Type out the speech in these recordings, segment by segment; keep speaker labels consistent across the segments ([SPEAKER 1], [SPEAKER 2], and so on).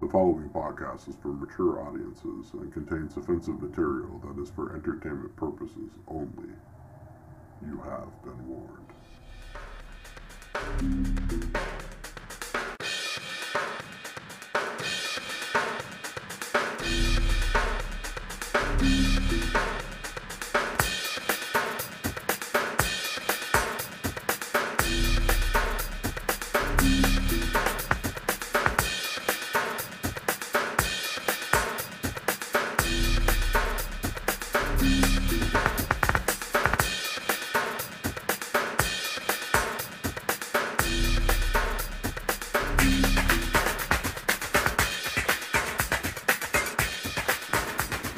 [SPEAKER 1] The following podcast is for mature audiences and contains offensive material that is for entertainment purposes only. You have been warned.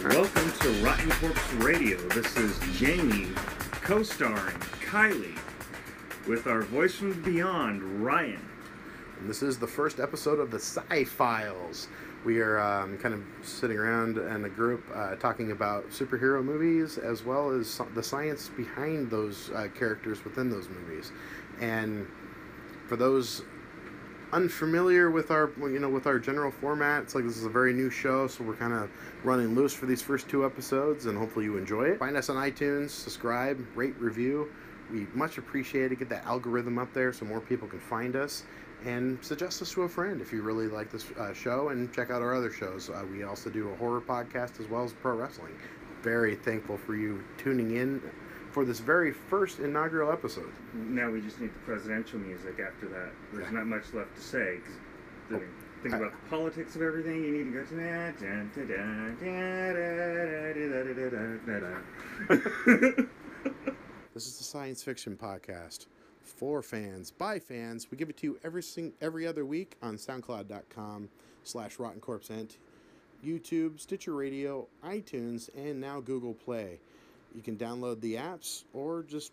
[SPEAKER 2] Welcome to Rotten Corpse Radio. This is Jamie, co starring Kylie, with our voice from beyond, Ryan.
[SPEAKER 3] And This is the first episode of the Sci Files. We are um, kind of sitting around in a group uh, talking about superhero movies as well as so- the science behind those uh, characters within those movies. And for those unfamiliar with our well, you know with our general format, it's like this is a very new show, so we're kind of running loose for these first two episodes, and hopefully you enjoy it. Find us on iTunes, subscribe, rate, review. We much appreciate it. Get that algorithm up there so more people can find us and suggest us to a friend if you really like this uh, show and check out our other shows. Uh, we also do a horror podcast as well as pro wrestling. Very thankful for you tuning in for this very first inaugural episode.
[SPEAKER 2] Now we just need the presidential music after that. There's
[SPEAKER 3] Yeah.
[SPEAKER 2] not much left to say. 'cause the- think
[SPEAKER 3] I-
[SPEAKER 2] about the politics of everything. You need to go to that. dun, dun, dun, dun, dun, dun, dun, dun, dun, dun, dun.
[SPEAKER 3] This is the science fiction podcast for fans by fans. We give it to you every sing- every other week on SoundCloud.com slash Rotten Corpse Ent, YouTube, Stitcher Radio, iTunes, and now Google Play. You can download the apps or just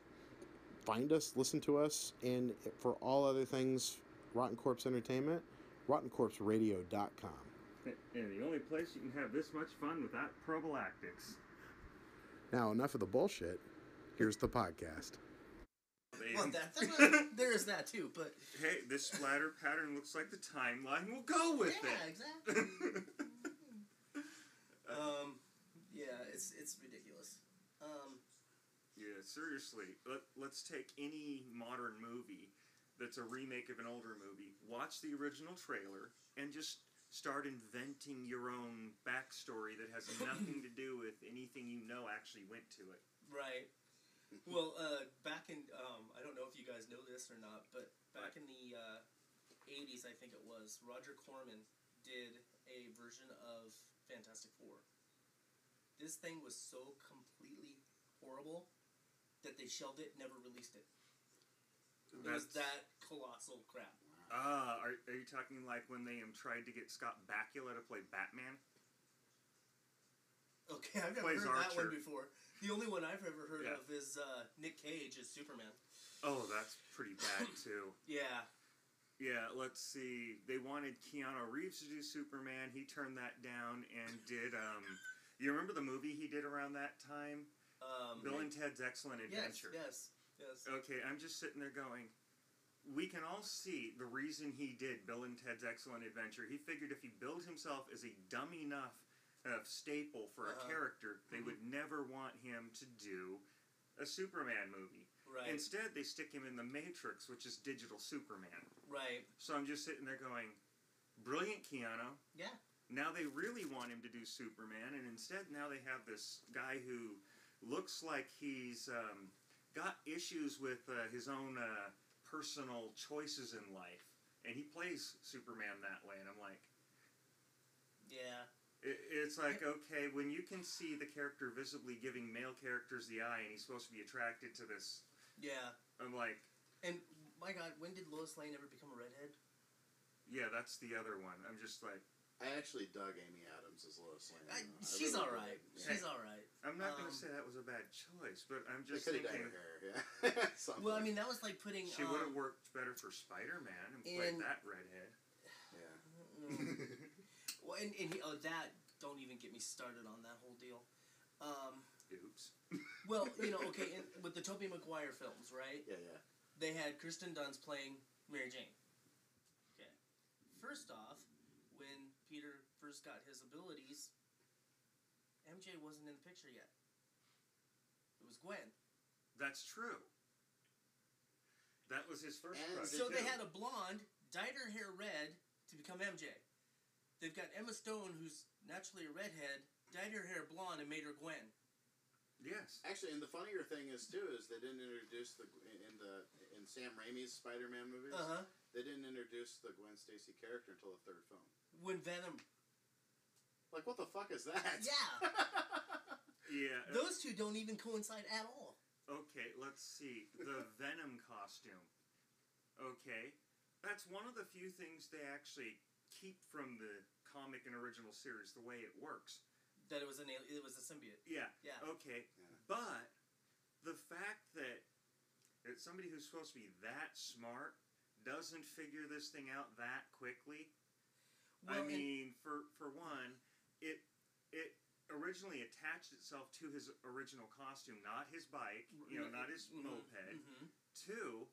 [SPEAKER 3] find us, listen to us, and for all other things, Rotten Corpse Entertainment, RottenCorpseRadio.com.
[SPEAKER 2] And the only place you can have this much fun without prophylactics.
[SPEAKER 3] Now, enough of the bullshit. Here's the podcast.
[SPEAKER 4] Well, that, that's what- there is that too, but
[SPEAKER 2] Hey, this splatter pattern looks like the timeline. We'll go with
[SPEAKER 4] yeah,
[SPEAKER 2] it.
[SPEAKER 4] exactly. um, yeah, it's it's ridiculous. Um,
[SPEAKER 2] yeah, seriously. Let, let's take any modern movie that's a remake of an older movie, watch the original trailer, and just start inventing your own backstory that has nothing to do with anything you know actually went to it.
[SPEAKER 4] right. Well, uh, back in um, I don't know if you guys know this or not, but back in the uh, '80s, I think it was Roger Corman did a version of Fantastic Four. This thing was so completely horrible that they shelved it, never released it. It was
[SPEAKER 2] That's-
[SPEAKER 4] that colossal crap.
[SPEAKER 2] Ah, are, are you talking like when they um, tried to get Scott Bakula to play Batman?
[SPEAKER 4] Okay, I've never
[SPEAKER 2] Plays
[SPEAKER 4] heard that
[SPEAKER 2] Archer.
[SPEAKER 4] one before. The only one I've ever heard
[SPEAKER 2] Yeah.
[SPEAKER 4] of is uh, Nick Cage as Superman.
[SPEAKER 2] Oh, that's pretty bad too.
[SPEAKER 4] Yeah,
[SPEAKER 2] Yeah, let's see. They wanted Keanu Reeves to do Superman. He turned that down and did. Um, you remember the movie he did around that time?
[SPEAKER 4] um,
[SPEAKER 2] Bill and Ted's Excellent
[SPEAKER 4] yes,
[SPEAKER 2] Adventure.
[SPEAKER 4] yes, yes.
[SPEAKER 2] Okay, I'm just sitting there going, we can all see the reason he did Bill and Ted's Excellent Adventure. He figured if he billed himself as a dumb enough uh, staple for
[SPEAKER 4] Uh-huh.
[SPEAKER 2] a character, they would never want him to do a Superman movie.
[SPEAKER 4] Right,
[SPEAKER 2] Instead, they stick him in the Matrix, which is digital Superman.
[SPEAKER 4] right.
[SPEAKER 2] So I'm just sitting there going, brilliant Keanu.
[SPEAKER 4] Yeah.
[SPEAKER 2] Now they really want him to do Superman, and instead now they have this guy who looks like he's um, got issues with uh, his own uh, personal choices in life, and he plays Superman that way. And I'm like,
[SPEAKER 4] Yeah,
[SPEAKER 2] it, it's like okay, when you can see the character visibly giving male characters the eye, and he's supposed to be attracted to this,
[SPEAKER 4] yeah.
[SPEAKER 2] I'm like,
[SPEAKER 4] And my God, when did Lois Lane ever become a redhead?
[SPEAKER 2] yeah, that's the other one. I'm just like,
[SPEAKER 5] I actually dug Amy Adams as Lois Lane.
[SPEAKER 4] I,
[SPEAKER 5] I
[SPEAKER 4] she's
[SPEAKER 5] really
[SPEAKER 4] all
[SPEAKER 5] did.
[SPEAKER 4] right.
[SPEAKER 5] Yeah.
[SPEAKER 4] She's all right.
[SPEAKER 2] I'm not
[SPEAKER 4] Um,
[SPEAKER 2] gonna say that was a bad choice, but I'm
[SPEAKER 5] They
[SPEAKER 2] just
[SPEAKER 5] could have done
[SPEAKER 2] thinking.
[SPEAKER 5] her hair. Yeah. Something.
[SPEAKER 4] Well, I mean, that was like putting.
[SPEAKER 2] She would have
[SPEAKER 4] um,
[SPEAKER 2] worked better for Spider Man and played
[SPEAKER 4] in-
[SPEAKER 2] that redhead.
[SPEAKER 5] Yeah.
[SPEAKER 4] mm, well, and, and he, oh, that don't even get me started on that whole deal. Um,
[SPEAKER 2] Oops.
[SPEAKER 4] well, you know, okay, and with the Tobey Maguire films, right?
[SPEAKER 5] yeah, yeah.
[SPEAKER 4] they had Kristen Dunst playing Mary Jane. Okay. First off, when Peter first got his abilities, MJ wasn't in the picture yet. It was Gwen.
[SPEAKER 2] That's true. That was his first
[SPEAKER 5] And
[SPEAKER 2] crush.
[SPEAKER 5] They
[SPEAKER 4] So they
[SPEAKER 5] do.
[SPEAKER 4] had a blonde, dyed her hair red to become MJ. They've got Emma Stone, who's naturally a redhead, dyed her hair blonde and made her Gwen.
[SPEAKER 2] yes.
[SPEAKER 5] Actually, and the funnier thing is too is they didn't introduce the in the in Sam Raimi's Spider-Man movies.
[SPEAKER 4] Uh huh.
[SPEAKER 5] They didn't introduce the Gwen Stacy character until the third film.
[SPEAKER 4] When Venom.
[SPEAKER 5] Like, what the fuck is that?
[SPEAKER 4] Yeah.
[SPEAKER 2] Yeah. uh,
[SPEAKER 4] Those two don't even coincide at all.
[SPEAKER 2] Okay, let's see. The Venom costume. Okay. That's one of the few things they actually keep from the comic and original series, the way it works.
[SPEAKER 4] That it was an al- it was a symbiote.
[SPEAKER 2] Yeah.
[SPEAKER 4] Uh, Yeah.
[SPEAKER 2] Okay.
[SPEAKER 5] Yeah.
[SPEAKER 2] But the fact that that somebody who's supposed to be that smart doesn't figure this thing out that quickly
[SPEAKER 4] Well,
[SPEAKER 2] I
[SPEAKER 4] and-
[SPEAKER 2] mean, for for one, it it originally attached itself to his original costume, not his bike, you know, not his
[SPEAKER 4] Mhm,
[SPEAKER 2] moped.
[SPEAKER 4] mhm.
[SPEAKER 2] Two,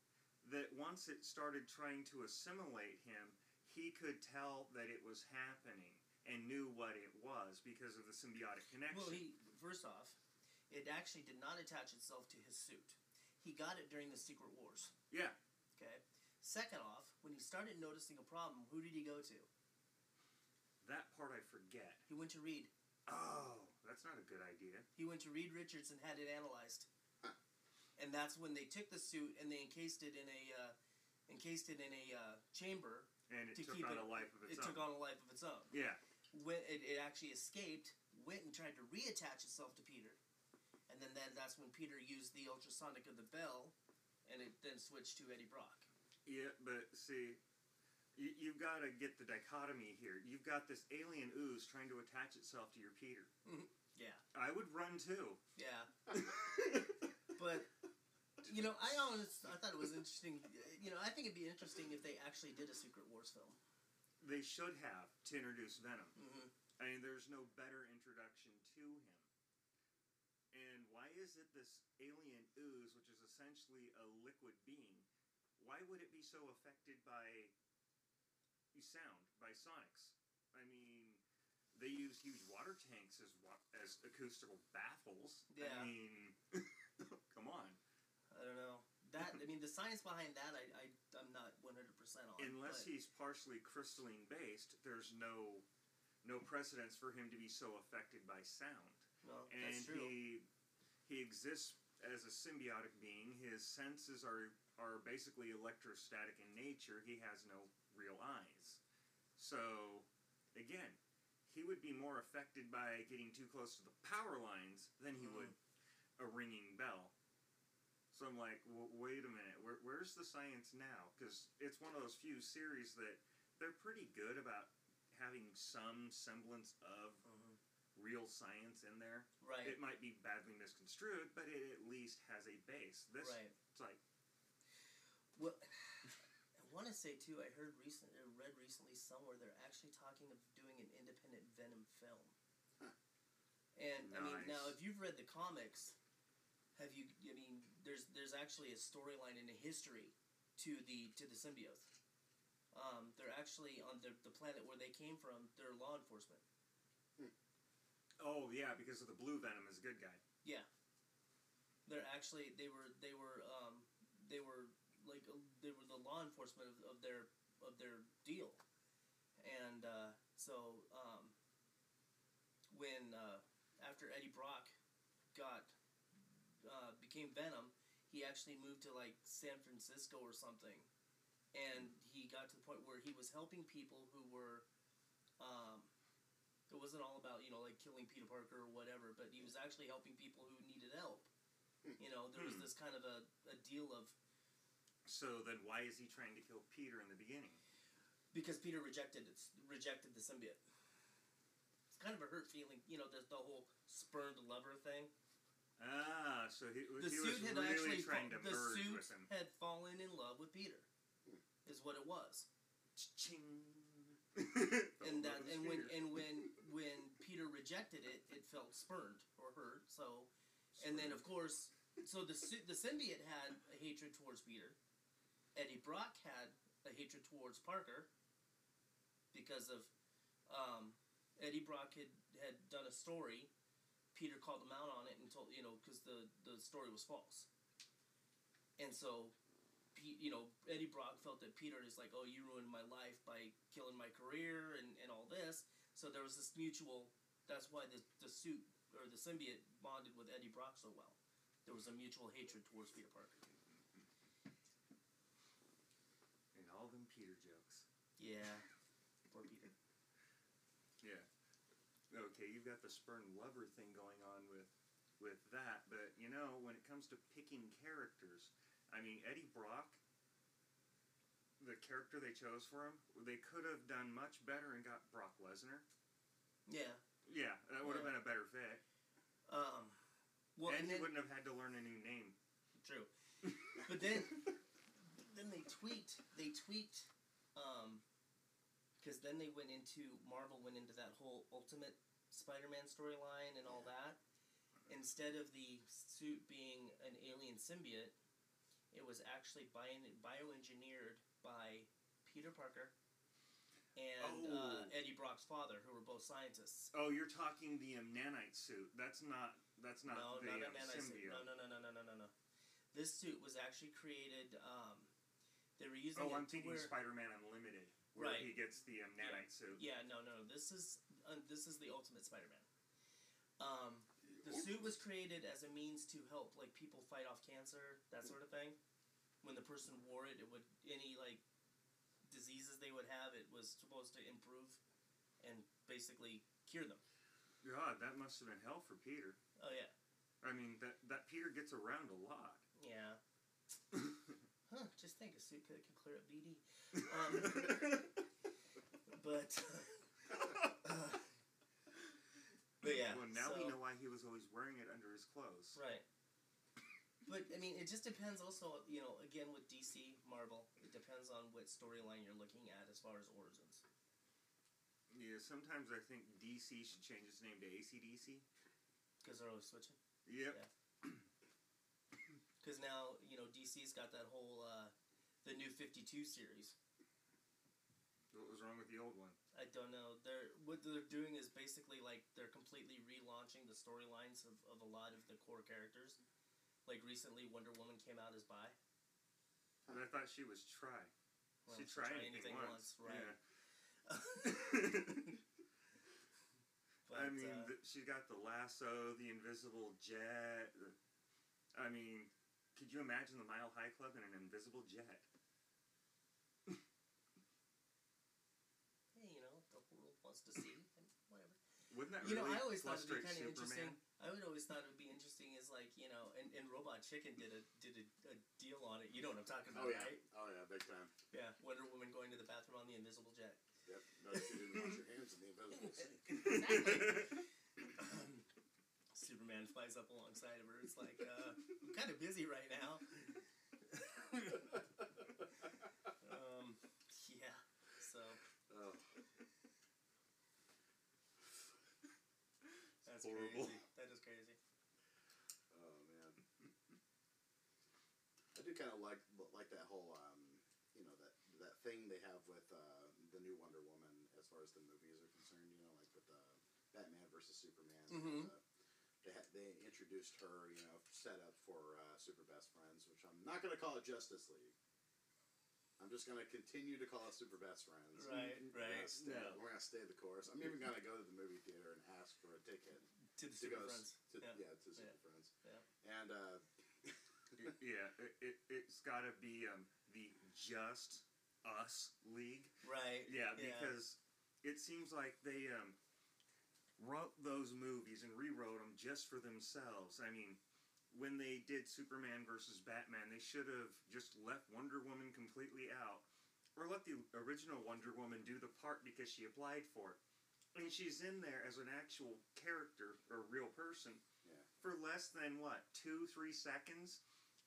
[SPEAKER 2] that once it started trying to assimilate him, he could tell that it was happening and knew what it was because of the symbiotic connection.
[SPEAKER 4] Well, he first off, it actually did not attach itself to his suit. He got it during the Secret Wars.
[SPEAKER 2] yeah,
[SPEAKER 4] Okay. Second off, when he started noticing a problem, who did he go to?
[SPEAKER 2] that part I forget.
[SPEAKER 4] He went to Reed.
[SPEAKER 2] Oh, that's not a good idea.
[SPEAKER 4] He went to Reed Richards and had it analyzed.
[SPEAKER 5] Huh.
[SPEAKER 4] And that's when they took the suit and they encased it in a uh, encased it in a uh, chamber.
[SPEAKER 2] And it
[SPEAKER 4] To
[SPEAKER 2] took
[SPEAKER 4] keep
[SPEAKER 2] on
[SPEAKER 4] it-
[SPEAKER 2] a life of its
[SPEAKER 4] it
[SPEAKER 2] own.
[SPEAKER 4] took on a life of its own.
[SPEAKER 2] yeah,
[SPEAKER 4] When it, it actually escaped, went and tried to reattach itself to Peter, and then, then that's when Peter used the ultrasonic of the bell, and it then switched to Eddie Brock.
[SPEAKER 2] Yeah, but see, you, you've got to get the dichotomy here. You've got this alien ooze trying to attach itself to your Peter.
[SPEAKER 4] Yeah,
[SPEAKER 2] I would run too.
[SPEAKER 4] yeah. But you know, I always I thought it was interesting. You know, I think it'd be interesting if they actually did a Secret Wars film.
[SPEAKER 2] they should have to introduce Venom.
[SPEAKER 4] Mm-hmm.
[SPEAKER 2] I mean, there's no better introduction to him. And why is it this alien ooze, which is essentially a liquid being, why would it be so affected by sound, by sonics? I mean, they use huge water tanks as wa- as acoustical baffles.
[SPEAKER 4] Yeah.
[SPEAKER 2] I mean, come on.
[SPEAKER 4] I don't know. That I mean, the science behind that, I, I I'm not 100 percent on.
[SPEAKER 2] Unless
[SPEAKER 4] but,
[SPEAKER 2] he's partially crystalline based, there's no no precedence for him to be so affected by sound.
[SPEAKER 4] well,
[SPEAKER 2] and
[SPEAKER 4] that's true.
[SPEAKER 2] he he exists as a symbiotic being. His senses are are basically electrostatic in nature. He has no real eyes. So again, he would be more affected by getting too close to the power lines than
[SPEAKER 4] Mm-hmm.
[SPEAKER 2] he would a ringing bell. So I'm like, w- wait a minute, where, where's the science now? Because it's one of those few series that they're pretty good about having some semblance of
[SPEAKER 4] Mhm.
[SPEAKER 2] real science in there.
[SPEAKER 4] Right.
[SPEAKER 2] It might be badly misconstrued, but it at least has a base. This
[SPEAKER 4] Right.
[SPEAKER 2] it's like
[SPEAKER 4] Well, I want to say too. I heard recent, uh, read recently somewhere they're actually talking of doing an independent Venom film.
[SPEAKER 5] Huh.
[SPEAKER 4] And I mean, now
[SPEAKER 2] Nice.
[SPEAKER 4] if you've read the comics, have you? I mean, there's there's actually a storyline and a history to the to the symbiote. Um, they're actually on the, the planet where they came from. They're law enforcement.
[SPEAKER 2] oh yeah, because of the blue venom is a good guy.
[SPEAKER 4] They're actually they were they were um, they were like uh, they were the law enforcement of, of their of their deal, and uh, so um, when uh, after Eddie Brock got uh, became Venom, he actually moved to like San Francisco or something, and he got to the point where he was helping people who were. Um, it wasn't all about you know like killing Peter Parker or whatever, but he was actually helping people who needed help. You know, there was
[SPEAKER 2] Hmm.
[SPEAKER 4] this kind of a, a deal of
[SPEAKER 2] So then why is he trying to kill Peter in the beginning?
[SPEAKER 4] because Peter rejected it, rejected the symbiote. It's kind of a hurt feeling, you know, the, the whole spurned lover thing.
[SPEAKER 2] Ah, so he,
[SPEAKER 4] The
[SPEAKER 2] he was
[SPEAKER 4] suit had
[SPEAKER 2] really
[SPEAKER 4] actually
[SPEAKER 2] trying to
[SPEAKER 4] fa- the
[SPEAKER 2] merge
[SPEAKER 4] suit
[SPEAKER 2] with him.
[SPEAKER 4] had fallen in love with Peter, is what it was.
[SPEAKER 2] Ching.
[SPEAKER 4] and that and when and when when Peter rejected it, it felt spurned or hurt. So, and then of course, so the sy- the symbiote had a hatred towards Peter. Eddie Brock had a hatred towards Parker because of Um, Eddie Brock had, had done a story. Peter called him out on it and told you know because the the story was false. And so, Pete, you know, Eddie Brock felt that Peter is like, oh, you ruined my life by killing my career and and all this. So there was this mutual. That's why the the suit or the symbiote bonded with Eddie Brock so well. There was a mutual hatred towards Peter Parker.
[SPEAKER 2] And all them Peter jokes.
[SPEAKER 4] Yeah, poor Peter.
[SPEAKER 2] Yeah. Okay, you've got the spurn lover thing going on with with that, but you know, when it comes to picking characters, I mean Eddie Brock, the character they chose for him, they could have done much better and got Brock Lesnar.
[SPEAKER 4] Yeah.
[SPEAKER 2] Yeah, that would have
[SPEAKER 4] Yeah.
[SPEAKER 2] been a better fit.
[SPEAKER 4] Um, well,
[SPEAKER 2] and,
[SPEAKER 4] and
[SPEAKER 2] he
[SPEAKER 4] then,
[SPEAKER 2] wouldn't have had to learn a new name.
[SPEAKER 4] true. But then, then they tweaked. They tweaked. Um, because then they went into Marvel went into that whole Ultimate Spider-Man storyline and all that. Instead of the suit being an alien symbiote, it was actually bio- bioengineered by Peter Parker
[SPEAKER 2] Oh.
[SPEAKER 4] and uh, Eddie Brock's father, who were both scientists.
[SPEAKER 2] Oh, you're talking the um, nanite suit. That's not. That's not
[SPEAKER 4] no,
[SPEAKER 2] the
[SPEAKER 4] not a
[SPEAKER 2] um,
[SPEAKER 4] nanite suit.
[SPEAKER 2] symbiote.
[SPEAKER 4] No, no, no, no, no, no, no, no. This suit was actually created. Um, they were using.
[SPEAKER 2] Oh,
[SPEAKER 4] it
[SPEAKER 2] I'm
[SPEAKER 4] to
[SPEAKER 2] thinking
[SPEAKER 4] where-
[SPEAKER 2] Spider-Man Unlimited, where
[SPEAKER 4] Right.
[SPEAKER 2] he gets the um, nanite suit.
[SPEAKER 4] Yeah, no, no. This is uh, this is the Ultimate Spider-Man. Um, the suit was created as a means to help like people fight off cancer, that sort of thing. When the person wore it, it would any like diseases they would have, it was supposed to improve and basically cure them.
[SPEAKER 2] God, that must have been hell for Peter.
[SPEAKER 4] Oh yeah,
[SPEAKER 2] I mean, that that Peter gets around a lot.
[SPEAKER 4] yeah. Huh, just think a suit could, could clear up BD. Um, but uh, but yeah.
[SPEAKER 2] well, now we
[SPEAKER 4] so-
[SPEAKER 2] know why he was always wearing it under his clothes.
[SPEAKER 4] Right. But I mean, it just depends. Also, you know, again with DC, Marvel, it depends on what storyline you're looking at as far as origins.
[SPEAKER 2] Yeah, sometimes I think DC should change its name to ACDC.
[SPEAKER 4] Because they're always switching.
[SPEAKER 2] Yep.
[SPEAKER 4] Yeah. Because now you know DC's got that whole uh, the new Fifty Two series.
[SPEAKER 2] What was wrong with the old one?
[SPEAKER 4] I don't know. They're what they're doing is basically like they're completely relaunching the storylines of, of a lot of the core characters. Like recently, Wonder Woman came out as bi.
[SPEAKER 2] And I thought she was try.
[SPEAKER 4] Well,
[SPEAKER 2] she
[SPEAKER 4] she'll
[SPEAKER 2] tried
[SPEAKER 4] try
[SPEAKER 2] anything,
[SPEAKER 4] anything
[SPEAKER 2] once.
[SPEAKER 4] once, right.
[SPEAKER 2] Yeah.
[SPEAKER 4] But,
[SPEAKER 2] I mean,
[SPEAKER 4] uh,
[SPEAKER 2] th- she's got the lasso, the invisible jet. the- I mean, could you imagine the Mile High Club and an invisible jet?
[SPEAKER 4] hey, you know, the world wants to see and whatever.
[SPEAKER 2] Wouldn't that
[SPEAKER 4] you know,
[SPEAKER 2] really
[SPEAKER 4] I always thought it'd be
[SPEAKER 2] frustrate
[SPEAKER 4] kind of interesting.
[SPEAKER 2] Superman?
[SPEAKER 4] I would always thought it would be interesting is like you know, and, and Robot Chicken did a did a, a deal on it. You know what I'm talking
[SPEAKER 5] Oh
[SPEAKER 4] about,
[SPEAKER 5] yeah.
[SPEAKER 4] right?
[SPEAKER 5] Oh yeah. Big time.
[SPEAKER 4] Yeah, Wonder Woman going to the bathroom on the Invisible Jet.
[SPEAKER 5] Yep. Notice you didn't wash your hands in the invisible sink.
[SPEAKER 4] Exactly. Superman flies up alongside of her. It's like uh, I'm kind of busy right now. um, yeah. So
[SPEAKER 5] oh.
[SPEAKER 4] that's
[SPEAKER 5] horrible.
[SPEAKER 4] crazy. That is crazy.
[SPEAKER 5] Oh man, I do kind of like like that whole um, you know that that thing they have with uh, the new Wonder Woman as far as the movies are concerned. You know, like with uh, Batman versus Superman.
[SPEAKER 4] Mhm.
[SPEAKER 5] uh, they, ha- they introduced her, you know, set up for uh, Super Best Friends, which I'm not going to call it Justice League. I'm just going to continue to call it Super Best Friends.
[SPEAKER 4] Right,
[SPEAKER 5] We're
[SPEAKER 4] right.
[SPEAKER 5] gonna stay-
[SPEAKER 2] No.
[SPEAKER 5] We're going to stay the course. I'm even going to go to the movie theater and ask for a ticket
[SPEAKER 4] To the
[SPEAKER 5] to
[SPEAKER 4] Super
[SPEAKER 5] go s-
[SPEAKER 4] Friends.
[SPEAKER 5] to
[SPEAKER 4] Yeah.
[SPEAKER 5] yeah, to Super
[SPEAKER 4] Yeah.
[SPEAKER 5] Friends.
[SPEAKER 4] Yeah.
[SPEAKER 5] And uh,
[SPEAKER 2] Y- yeah, it, it, it's got to be um, the Just Us League.
[SPEAKER 4] Right.
[SPEAKER 2] Yeah, because it seems like they um, wrote those movies and rewrote them just for themselves. I mean, when they did Superman versus Batman, they should have just left Wonder Woman completely out, or let the original Wonder Woman do the part because she applied for it. And she's in there as an actual character or real person
[SPEAKER 5] Yeah.
[SPEAKER 2] for less than what two, three seconds,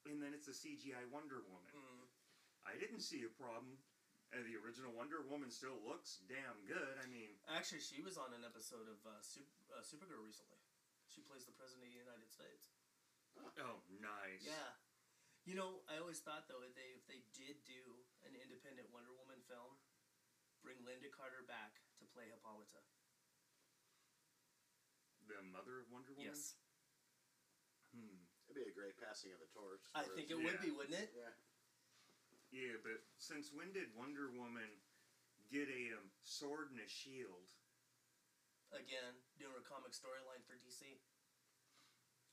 [SPEAKER 2] and then it's a CGI Wonder Woman.
[SPEAKER 4] Mm,
[SPEAKER 2] I didn't see a problem. Uh, the original Wonder Woman still looks damn good. I mean,
[SPEAKER 4] actually, she was on an episode of uh, Sup uh, Supergirl recently. She plays the president of the United States.
[SPEAKER 2] oh, nice.
[SPEAKER 4] Yeah. You know, I always thought though if they if they did do an independent Wonder Woman film, bring Linda Carter back to play Hippolyta.
[SPEAKER 2] the mother of Wonder Woman?
[SPEAKER 4] Yes,
[SPEAKER 2] Hmm.
[SPEAKER 5] It'd be a great passing of the torch.
[SPEAKER 4] I
[SPEAKER 5] for-
[SPEAKER 4] think it would
[SPEAKER 2] Yeah.
[SPEAKER 4] be, wouldn't it?
[SPEAKER 5] Yeah.
[SPEAKER 2] Yeah, but since when did Wonder Woman get a um, sword and a shield?
[SPEAKER 4] Again, doing a comic storyline for DC.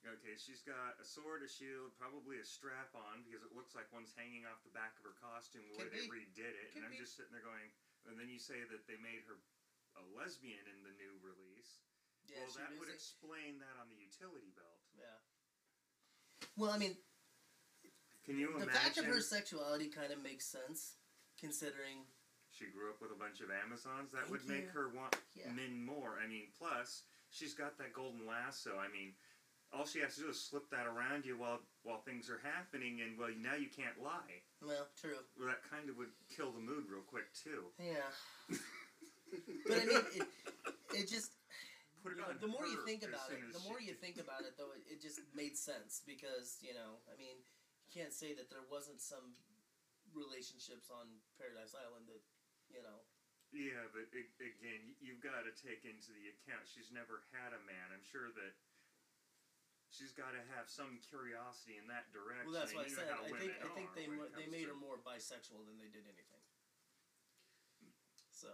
[SPEAKER 2] Okay, she's got a sword, a shield, probably a strap on because it looks like one's hanging off the back of her costume the way
[SPEAKER 4] Could
[SPEAKER 2] they
[SPEAKER 4] be.
[SPEAKER 2] redid it.
[SPEAKER 4] Could
[SPEAKER 2] and I'm
[SPEAKER 4] be.
[SPEAKER 2] just sitting there going, and then you say that they made her a lesbian in the new release.
[SPEAKER 4] Yeah,
[SPEAKER 2] well,
[SPEAKER 4] she
[SPEAKER 2] that
[SPEAKER 4] was
[SPEAKER 2] would
[SPEAKER 4] a-
[SPEAKER 2] explain that on the utility belt.
[SPEAKER 4] yeah. Well, I mean,
[SPEAKER 2] Can you
[SPEAKER 4] the
[SPEAKER 2] imagine?
[SPEAKER 4] fact of her sexuality kind of makes sense, considering.
[SPEAKER 2] She grew up with a bunch of Amazons. That
[SPEAKER 4] Thank
[SPEAKER 2] would make
[SPEAKER 4] you.
[SPEAKER 2] her want
[SPEAKER 4] Yeah.
[SPEAKER 2] men more. I mean, plus she's got that golden lasso. I mean, all she has to do is slip that around you while while things are happening, and well, now you can't lie.
[SPEAKER 4] Well, true.
[SPEAKER 2] Well, that kind of would kill the mood real quick too.
[SPEAKER 4] Yeah. But I mean, it, it just
[SPEAKER 2] Put it
[SPEAKER 4] you know,
[SPEAKER 2] on.
[SPEAKER 4] the more
[SPEAKER 2] her
[SPEAKER 4] you think
[SPEAKER 2] as
[SPEAKER 4] about
[SPEAKER 2] soon
[SPEAKER 4] it,
[SPEAKER 2] as
[SPEAKER 4] the more
[SPEAKER 2] she-
[SPEAKER 4] you think about it, though, it, it just made sense because you know, I mean, you can't say that there wasn't some relationships on Paradise Island that you know.
[SPEAKER 2] Yeah, but a- again, y- you've got to take into the account she's never had a man. I'm sure that she's got to have some curiosity in that direction.
[SPEAKER 4] Well, that's
[SPEAKER 2] and
[SPEAKER 4] what I
[SPEAKER 2] you
[SPEAKER 4] said.
[SPEAKER 2] know how
[SPEAKER 4] I think
[SPEAKER 2] women
[SPEAKER 4] I think
[SPEAKER 2] are
[SPEAKER 4] they
[SPEAKER 2] when
[SPEAKER 4] mo-
[SPEAKER 2] it
[SPEAKER 4] they
[SPEAKER 2] comes
[SPEAKER 4] made
[SPEAKER 2] to-
[SPEAKER 4] her more bisexual than they did anything. So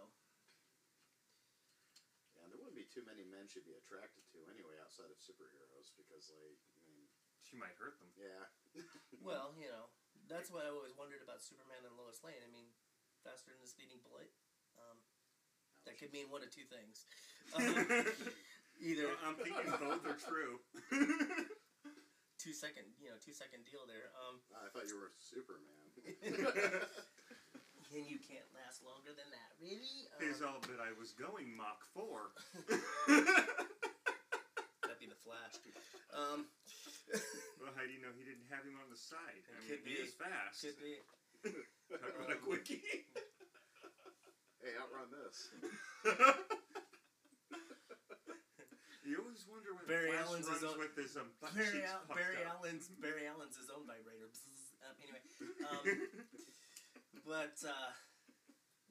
[SPEAKER 5] Yeah, there wouldn't be too many men should be attracted to anyway outside of superheroes because, like, I mean,
[SPEAKER 2] She might hurt them.
[SPEAKER 5] yeah.
[SPEAKER 4] well, you know, that's what I always wondered about Superman and Lois Lane. I mean, faster than a speeding bullet. Um, that could mean one of two things. Um, either
[SPEAKER 2] I'm thinking both are true.
[SPEAKER 4] two second, you know, two second deal there. Um,
[SPEAKER 5] Ah, I thought you were Superman.
[SPEAKER 4] and you can't last longer than that, really.
[SPEAKER 2] Is
[SPEAKER 4] Um,
[SPEAKER 2] all that I was going Mach 4.
[SPEAKER 4] that'd be the Flash. Um,
[SPEAKER 2] Well, how do you know he didn't have him on the side? I mean,
[SPEAKER 4] Could
[SPEAKER 2] he
[SPEAKER 4] be.
[SPEAKER 2] is fast.
[SPEAKER 4] could be.
[SPEAKER 2] Talk about a
[SPEAKER 4] Um,
[SPEAKER 2] quickie.
[SPEAKER 5] hey, outrun this. Uh,
[SPEAKER 2] you always wonder when
[SPEAKER 4] Barry
[SPEAKER 2] Flash
[SPEAKER 4] Allen's
[SPEAKER 2] runs
[SPEAKER 4] his own-
[SPEAKER 2] with his um, butt
[SPEAKER 4] Barry,
[SPEAKER 2] cheeks
[SPEAKER 4] Al-
[SPEAKER 2] puffed
[SPEAKER 4] Barry
[SPEAKER 2] up.
[SPEAKER 4] Allen's Barry Allen's his own vibrator. Bzzz. Um, anyway, um, but uh,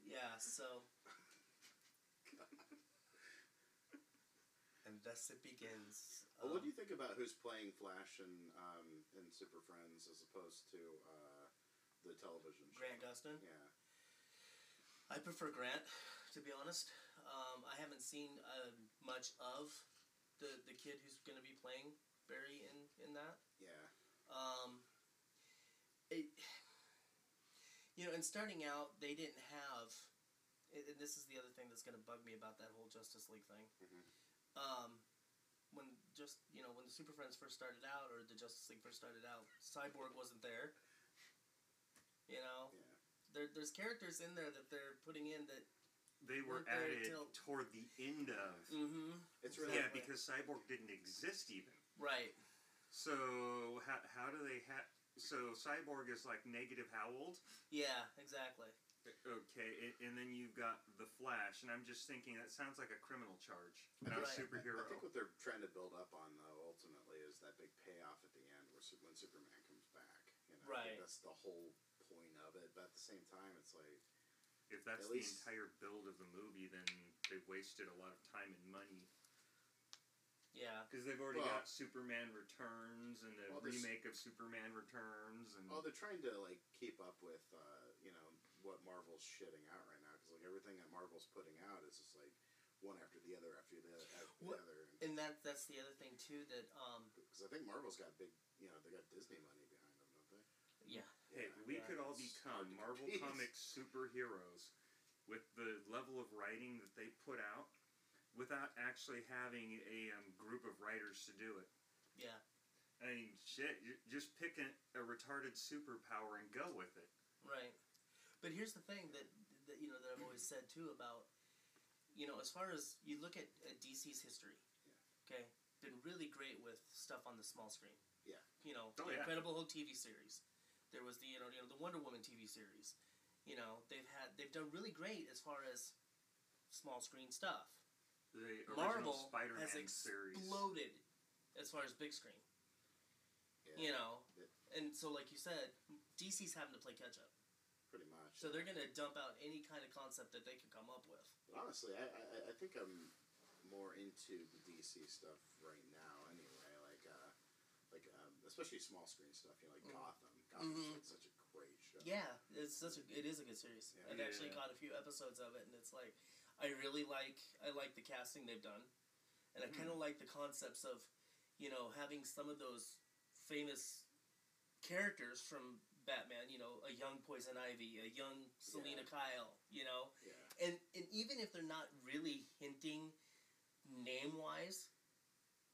[SPEAKER 4] yeah, so. And thus it begins.
[SPEAKER 5] Well, what do
[SPEAKER 4] Um,
[SPEAKER 5] you think about who's playing Flash and um, in Super Friends as opposed to uh, the television show?
[SPEAKER 4] Grant Gustin?
[SPEAKER 5] Yeah.
[SPEAKER 4] I prefer Grant, to be honest. Um, I haven't seen uh, much of the the kid who's going to be playing Barry in in that.
[SPEAKER 5] Yeah.
[SPEAKER 4] Um, it, you know, and starting out, they didn't have, and and this is the other thing that's going to bug me about that whole Justice League thing.
[SPEAKER 5] Mhm.
[SPEAKER 4] Um, when just you know when the Super Friends first started out, or the Justice League first started out, Cyborg wasn't there. You know,
[SPEAKER 5] Yeah.
[SPEAKER 4] there, there's characters in there that they're putting in that.
[SPEAKER 2] They were
[SPEAKER 4] Weren't there
[SPEAKER 2] added
[SPEAKER 4] till-
[SPEAKER 2] toward the end of.
[SPEAKER 4] Mm-hmm.
[SPEAKER 5] It's really.
[SPEAKER 2] Yeah,
[SPEAKER 4] Exactly.
[SPEAKER 2] because Cyborg didn't exist even.
[SPEAKER 4] Right.
[SPEAKER 2] So, how, how do they have. So, Cyborg is like negative how old?
[SPEAKER 4] Yeah. Exactly.
[SPEAKER 2] Okay, a- and then you've got the Flash, and I'm just thinking that sounds like a criminal charge, not a
[SPEAKER 4] Right.
[SPEAKER 2] superhero.
[SPEAKER 5] I think what they're trying to build up on, though, ultimately, is that big payoff at the end where Su- when Superman comes back. You know, I
[SPEAKER 4] Right.
[SPEAKER 5] think That's the whole point of it. But at the same time, it's like,
[SPEAKER 2] If that's
[SPEAKER 5] At
[SPEAKER 2] the
[SPEAKER 5] least-
[SPEAKER 2] entire build of the movie, then they've wasted a lot of time and money
[SPEAKER 4] Yeah.
[SPEAKER 2] because they've already
[SPEAKER 5] Well-
[SPEAKER 2] got Superman Returns and a
[SPEAKER 5] Well, there's-
[SPEAKER 2] remake of Superman Returns, and
[SPEAKER 4] Hmm.
[SPEAKER 5] oh, they're trying to like keep up with, uh, you know, what Marvel's shitting out right now because like everything that Marvel's putting out is just like one after the other after the other after
[SPEAKER 4] What-
[SPEAKER 5] the other.
[SPEAKER 4] And that that's the other thing too that um
[SPEAKER 5] Because I think Marvel's got big, you know, they got Disney money behind them, don't they?
[SPEAKER 4] yeah
[SPEAKER 2] hey,
[SPEAKER 5] Yeah.
[SPEAKER 2] we
[SPEAKER 4] yeah,
[SPEAKER 2] could all
[SPEAKER 5] it's
[SPEAKER 2] become
[SPEAKER 5] hard to
[SPEAKER 2] Marvel
[SPEAKER 5] compete.
[SPEAKER 2] Comics superheroes with the level of writing that they put out, without actually having a um, group of writers to do it.
[SPEAKER 4] yeah
[SPEAKER 2] I mean, shit, you just pick a, a retarded superpower and go with it.
[SPEAKER 4] right. But here's the thing that that you know that I've always said too about you know as far as you look at, at DC's history, okay, been really great with stuff on the small screen.
[SPEAKER 5] Yeah.
[SPEAKER 4] You know,
[SPEAKER 2] Oh,
[SPEAKER 4] the
[SPEAKER 2] yeah.
[SPEAKER 4] Incredible Hulk TV series. There was the you know, you know the Wonder Woman TV series. You know they've had they've done really great as far as small screen stuff.
[SPEAKER 2] The original
[SPEAKER 4] Marvel
[SPEAKER 2] Spider-Man
[SPEAKER 4] has
[SPEAKER 2] series.
[SPEAKER 4] exploded as far as big screen. you know
[SPEAKER 5] Yeah.
[SPEAKER 4] and so like you said dc's having to play catch up
[SPEAKER 5] pretty much.
[SPEAKER 4] so they're gonna dump out any kind of concept that they can come up with
[SPEAKER 5] But honestly, I, I, I- I think I'm more into the DC stuff right now, anyway. Like, uh, like um, especially small screen stuff. You know, like
[SPEAKER 4] Mhm.
[SPEAKER 5] Gotham. Gotham's
[SPEAKER 4] Mhm.
[SPEAKER 5] like such a great show.
[SPEAKER 4] Yeah, it's such a it is a good series.
[SPEAKER 5] Yeah.
[SPEAKER 4] I've actually
[SPEAKER 2] Yeah.
[SPEAKER 4] caught a few episodes of it, and it's like I really like I like the casting they've done, and I kind of like the concepts of you know having some of those famous characters from Batman. You know, a young Poison Ivy, a young Selena Kyle. You know,
[SPEAKER 5] Yeah.
[SPEAKER 4] and and even if they're not really hinting name wise,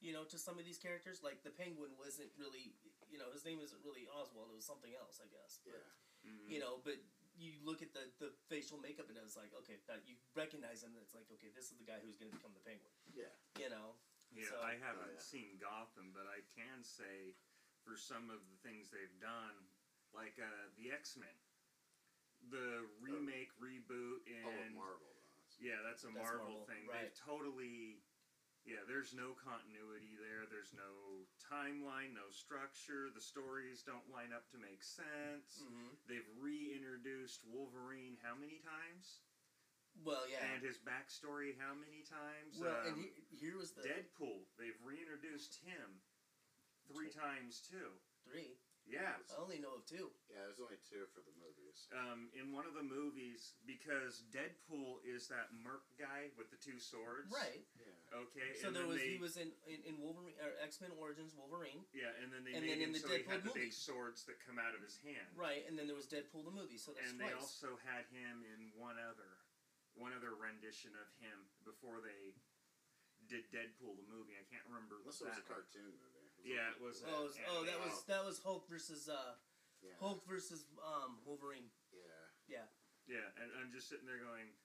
[SPEAKER 4] you know, to some of these characters, like the Penguin wasn't really. You know, his name isn't really Oswald. It was something else, I guess. But
[SPEAKER 5] Yeah.
[SPEAKER 2] Mm.
[SPEAKER 4] you know but you look at the, the facial makeup and it's like okay that you recognize him it's like okay this is the guy who's going to become the penguin
[SPEAKER 5] Yeah.
[SPEAKER 4] you know
[SPEAKER 2] Yeah,
[SPEAKER 4] So-
[SPEAKER 2] I haven't
[SPEAKER 5] yeah.
[SPEAKER 2] seen Gotham, but I can say for some of the things they've done, like uh, the X Men, the remake, reboot,
[SPEAKER 5] All of
[SPEAKER 2] and
[SPEAKER 5] Oh, Marvel. Though.
[SPEAKER 2] yeah, that's a
[SPEAKER 4] Oh. That's
[SPEAKER 2] Marvel,
[SPEAKER 4] Marvel,
[SPEAKER 2] thing.
[SPEAKER 4] right.
[SPEAKER 2] They've totally, yeah, there's no continuity there. There's no timeline, no structure. The stories don't line up to make sense.
[SPEAKER 4] mm-hmm.
[SPEAKER 2] They've reintroduced Wolverine how many times?
[SPEAKER 4] well yeah
[SPEAKER 2] And his backstory how many times?
[SPEAKER 4] well and
[SPEAKER 2] Um,
[SPEAKER 4] he, here was the
[SPEAKER 2] Deadpool, they've reintroduced him three times too.
[SPEAKER 4] three
[SPEAKER 2] Yeah.
[SPEAKER 4] i only know of two
[SPEAKER 5] Yeah, there's only two for the movies.
[SPEAKER 2] Um, in one of the movies, because Deadpool is that merc guy with the two swords.
[SPEAKER 4] right
[SPEAKER 5] Yeah.
[SPEAKER 2] Okay.
[SPEAKER 4] so
[SPEAKER 2] and
[SPEAKER 4] there
[SPEAKER 2] then
[SPEAKER 4] was
[SPEAKER 2] they,
[SPEAKER 4] he was in, in, in wolverine or x-men origins wolverine
[SPEAKER 2] Yeah, and then they
[SPEAKER 4] and
[SPEAKER 2] made
[SPEAKER 4] then in
[SPEAKER 2] him
[SPEAKER 4] the
[SPEAKER 2] so he had the
[SPEAKER 4] Deadpool movie.
[SPEAKER 2] big swords that come out of his hand.
[SPEAKER 4] right and then there was deadpool the movie so that's
[SPEAKER 2] And they
[SPEAKER 4] twice
[SPEAKER 2] also had him in one other, one other rendition of him before they did Deadpool the movie. I can't remember.
[SPEAKER 5] Unless it
[SPEAKER 2] that
[SPEAKER 5] was a
[SPEAKER 2] one.
[SPEAKER 5] cartoon movie.
[SPEAKER 2] Yeah, it was.
[SPEAKER 4] Oh, it was-
[SPEAKER 2] an
[SPEAKER 4] oh, that
[SPEAKER 2] anime.
[SPEAKER 4] was that was Hulk versus uh,
[SPEAKER 5] Yeah.
[SPEAKER 4] Hulk versus um, Wolverine.
[SPEAKER 5] Yeah.
[SPEAKER 2] Yeah, and I'm just sitting there going,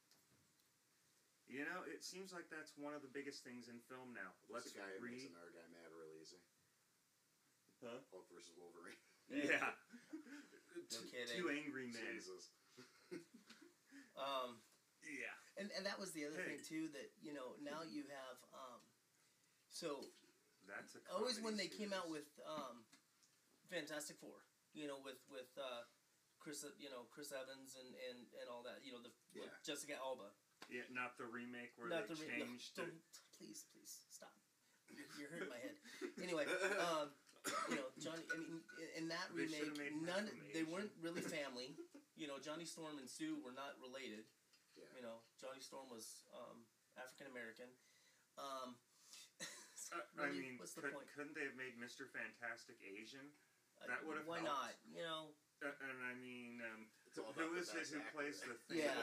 [SPEAKER 2] you know, it seems like that's one of the biggest things in film now.
[SPEAKER 5] That's
[SPEAKER 2] Let's
[SPEAKER 5] the guy who makes
[SPEAKER 2] read.
[SPEAKER 5] another guy mad really easy.
[SPEAKER 2] Huh?
[SPEAKER 5] Hulk versus Wolverine.
[SPEAKER 2] Yeah.
[SPEAKER 4] No
[SPEAKER 2] T-
[SPEAKER 4] kidding.
[SPEAKER 2] Two angry men.
[SPEAKER 5] Jesus.
[SPEAKER 4] Um,
[SPEAKER 2] Yeah.
[SPEAKER 4] and and that was the other
[SPEAKER 2] Hey.
[SPEAKER 4] thing too that you know now you have um, so
[SPEAKER 2] That's a.
[SPEAKER 4] always when they
[SPEAKER 2] comedy
[SPEAKER 4] came out
[SPEAKER 2] series.
[SPEAKER 4] with um, Fantastic Four, you know, with with uh, Chris, you know, Chris Evans and and and all that, you know, the with
[SPEAKER 5] Yeah.
[SPEAKER 4] Jessica Alba.
[SPEAKER 2] Yeah, not the remake where
[SPEAKER 4] Not
[SPEAKER 2] they
[SPEAKER 4] the re- no,
[SPEAKER 2] changed it.
[SPEAKER 4] don't, please, please stop. You're- You're hurting my head. Anyway, um, you know, Johnny. I mean, in- in that
[SPEAKER 2] They should've made
[SPEAKER 4] remake, none
[SPEAKER 2] Malcolm
[SPEAKER 4] they
[SPEAKER 2] Asian.
[SPEAKER 4] weren't really family. You know, Johnny Storm and Sue were not related.
[SPEAKER 5] Yeah.
[SPEAKER 4] You know, Johnny Storm was um, African American. Um,
[SPEAKER 2] Uh, I
[SPEAKER 4] really,
[SPEAKER 2] mean,
[SPEAKER 4] what's the
[SPEAKER 2] could,
[SPEAKER 4] point?
[SPEAKER 2] couldn't they have made Mr. Fantastic Asian?
[SPEAKER 4] Uh,
[SPEAKER 2] that would've
[SPEAKER 4] why
[SPEAKER 2] helped.
[SPEAKER 4] not? You know,
[SPEAKER 2] Uh, and I mean, um,
[SPEAKER 5] It's all
[SPEAKER 2] who
[SPEAKER 5] about the
[SPEAKER 2] is it
[SPEAKER 5] best
[SPEAKER 2] who
[SPEAKER 5] actor.
[SPEAKER 2] plays the thing?
[SPEAKER 4] Yeah.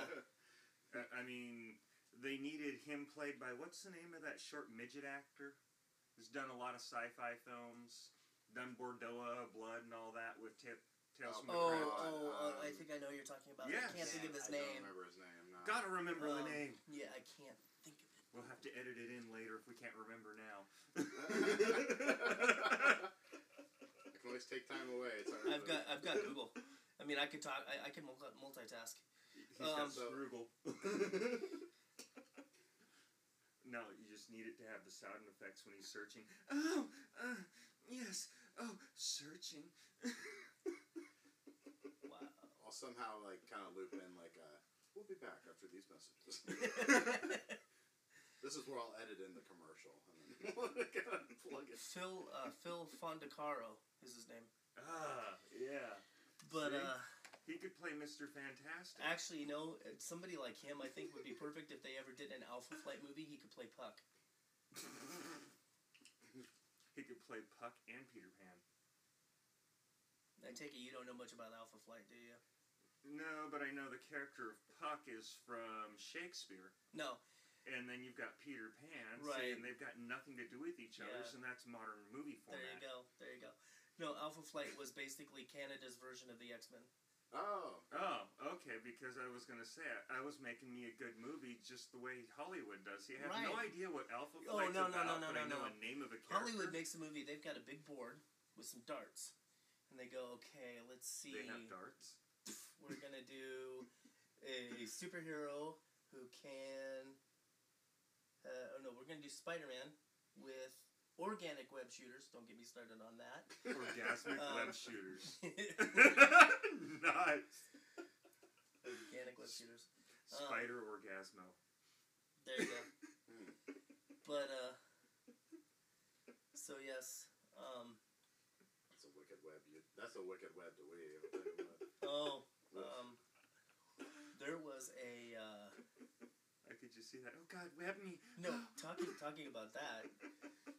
[SPEAKER 2] Uh, I mean, they needed him played by what's the name of that short midget actor? Who's done a lot of sci-fi films, done Bordeaux, Blood, and all that with Tip, Tales from the
[SPEAKER 4] Oh,
[SPEAKER 2] Crypt.
[SPEAKER 5] Right.
[SPEAKER 4] oh, oh, I
[SPEAKER 5] Um,
[SPEAKER 4] think I know who you're talking about.
[SPEAKER 2] yes.
[SPEAKER 4] I can't think of his name.
[SPEAKER 5] I don't remember his name. No.
[SPEAKER 2] Gotta remember the
[SPEAKER 4] Um,
[SPEAKER 2] name.
[SPEAKER 4] Yeah, I can't think of it.
[SPEAKER 2] We'll have to edit it in later if we can't remember now.
[SPEAKER 5] I can always take time away. It's all right.
[SPEAKER 4] I've got, I've got Google. I mean, I could talk. I, I can multi- multitask.
[SPEAKER 2] He's got
[SPEAKER 4] Um,
[SPEAKER 2] Scroogle. no, you just need it to have the sound effects when he's searching. Oh, uh, yes. Oh, searching.
[SPEAKER 4] Wow.
[SPEAKER 5] I'll somehow like kind of loop in like uh, we'll be back after these messages. this is where I'll edit in the commercial and then uh, plug it.
[SPEAKER 4] Phil, uh, Phil Fondacaro is his name.
[SPEAKER 2] Ah, yeah.
[SPEAKER 4] But
[SPEAKER 2] See?
[SPEAKER 4] uh,
[SPEAKER 2] He could play Mr. Fantastic.
[SPEAKER 4] actually, you know, somebody like him, I think, would be perfect if they ever did an Alpha Flight movie. He could play Puck.
[SPEAKER 2] he could play Puck and Peter Pan.
[SPEAKER 4] I take it you don't know much about Alpha Flight, do you?
[SPEAKER 2] No, but I know the character of Puck is from Shakespeare.
[SPEAKER 4] No.
[SPEAKER 2] And then you've got Peter Pan,
[SPEAKER 4] Right.
[SPEAKER 2] and they've got nothing to do with each other,
[SPEAKER 4] Yeah.
[SPEAKER 2] and that's modern movie
[SPEAKER 4] There
[SPEAKER 2] format.
[SPEAKER 4] you go. There you go. No, Alpha Flight was basically Canada's version of the X Men.
[SPEAKER 5] Oh,
[SPEAKER 2] Oh, okay, because I was going to say, I, I was making me a good movie just the way Hollywood does. You have no
[SPEAKER 4] Right.
[SPEAKER 2] idea what Alpha
[SPEAKER 4] Oh,
[SPEAKER 2] Flight's
[SPEAKER 4] no, no,
[SPEAKER 2] about,
[SPEAKER 4] no, no,
[SPEAKER 2] but I
[SPEAKER 4] no,
[SPEAKER 2] know
[SPEAKER 4] no.
[SPEAKER 2] a name of a character.
[SPEAKER 4] Hollywood makes a movie. They've got a big board with some darts, and they go, "Okay, let's see.
[SPEAKER 2] They have darts.
[SPEAKER 4] We're gonna do a superhero who can. Uh, oh no, we're gonna do Spider-Man with organic web shooters. Don't get me started on that.
[SPEAKER 2] Orgasmic
[SPEAKER 4] Um,
[SPEAKER 2] web shooters.
[SPEAKER 4] organic
[SPEAKER 2] nice.
[SPEAKER 4] Uh. web shooters. Um,
[SPEAKER 2] Spider orgasmo.
[SPEAKER 5] Hmm.
[SPEAKER 4] There you go. uh, Yes. Um,
[SPEAKER 5] That's a wicked web. You, that's a wicked web to weave. I'll tell you what.
[SPEAKER 4] oh, um, there was a uh,
[SPEAKER 2] I could just see that. Oh God, web me.
[SPEAKER 4] no talking talking about that.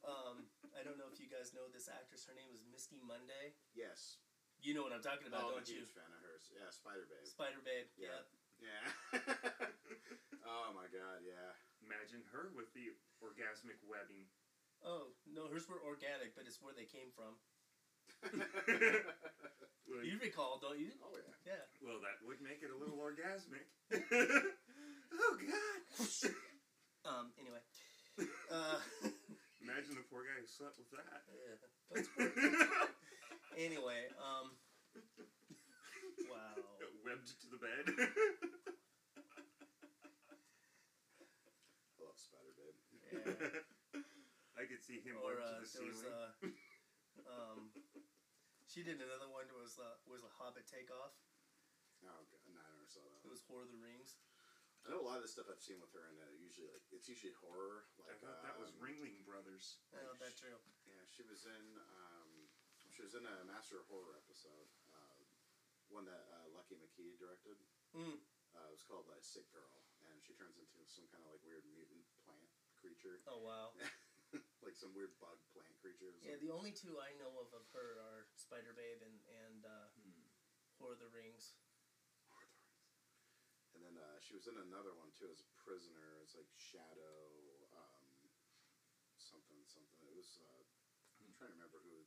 [SPEAKER 4] Um, I don't know if you guys know this actress. Her name is Misty Monday.
[SPEAKER 5] yes.
[SPEAKER 4] You know what I'm talking about,
[SPEAKER 5] Oh, I'm a
[SPEAKER 4] don't you?
[SPEAKER 5] huge fan of hers. Yeah, Spider Babe.
[SPEAKER 4] Spider Babe.
[SPEAKER 5] Yeah.
[SPEAKER 4] Yep.
[SPEAKER 5] Yeah. oh my god, yeah.
[SPEAKER 2] Imagine her with the orgasmic webbing.
[SPEAKER 4] Oh no, hers were organic, but it's where they came from.
[SPEAKER 2] Like,
[SPEAKER 4] You recall, don't you?
[SPEAKER 5] oh yeah.
[SPEAKER 4] Yeah.
[SPEAKER 2] well, that would make it a little orgasmic. oh God.
[SPEAKER 4] Um. Anyway. Uh,
[SPEAKER 2] Imagine the poor guy who slept with that.
[SPEAKER 4] yeah. That's weird.
[SPEAKER 2] Webbed
[SPEAKER 4] anyway. Um. Wow.
[SPEAKER 2] to the bed.
[SPEAKER 5] I love Spider Babe.
[SPEAKER 4] Yeah.
[SPEAKER 2] I could see him
[SPEAKER 4] or
[SPEAKER 2] webbed to
[SPEAKER 4] uh,
[SPEAKER 2] the
[SPEAKER 4] there was
[SPEAKER 2] ceiling.
[SPEAKER 4] uh, um, she did another one that was uh, was a Hobbit takeoff.
[SPEAKER 5] Oh god, no, I never saw that.
[SPEAKER 4] It was Lord of the Rings.
[SPEAKER 5] I know a lot of the stuff I've seen with her in it. are Usually, like it's usually horror.
[SPEAKER 2] I
[SPEAKER 4] uh,
[SPEAKER 5] Like
[SPEAKER 2] thought that was
[SPEAKER 5] um,
[SPEAKER 2] Ringling Brothers.
[SPEAKER 4] Oh, that's true.
[SPEAKER 5] Yeah, she was in. Um, she was in a Master of Horror episode, uh, one that uh, Lucky McKee directed.
[SPEAKER 4] Mm.
[SPEAKER 5] Uh, it was called uh, Sick Girl, and she turns into some kind of like weird mutant plant creature,
[SPEAKER 4] Oh wow.
[SPEAKER 5] like some weird bug plant creature. It was
[SPEAKER 4] Yeah,
[SPEAKER 5] like-
[SPEAKER 4] the only two I know of of her are Spider Babe and and uh, Lord of the Rings.
[SPEAKER 5] And then uh, she was in another one too as a prisoner. It's like Shadow, um, something, something. It was. Uh, I'm trying to remember who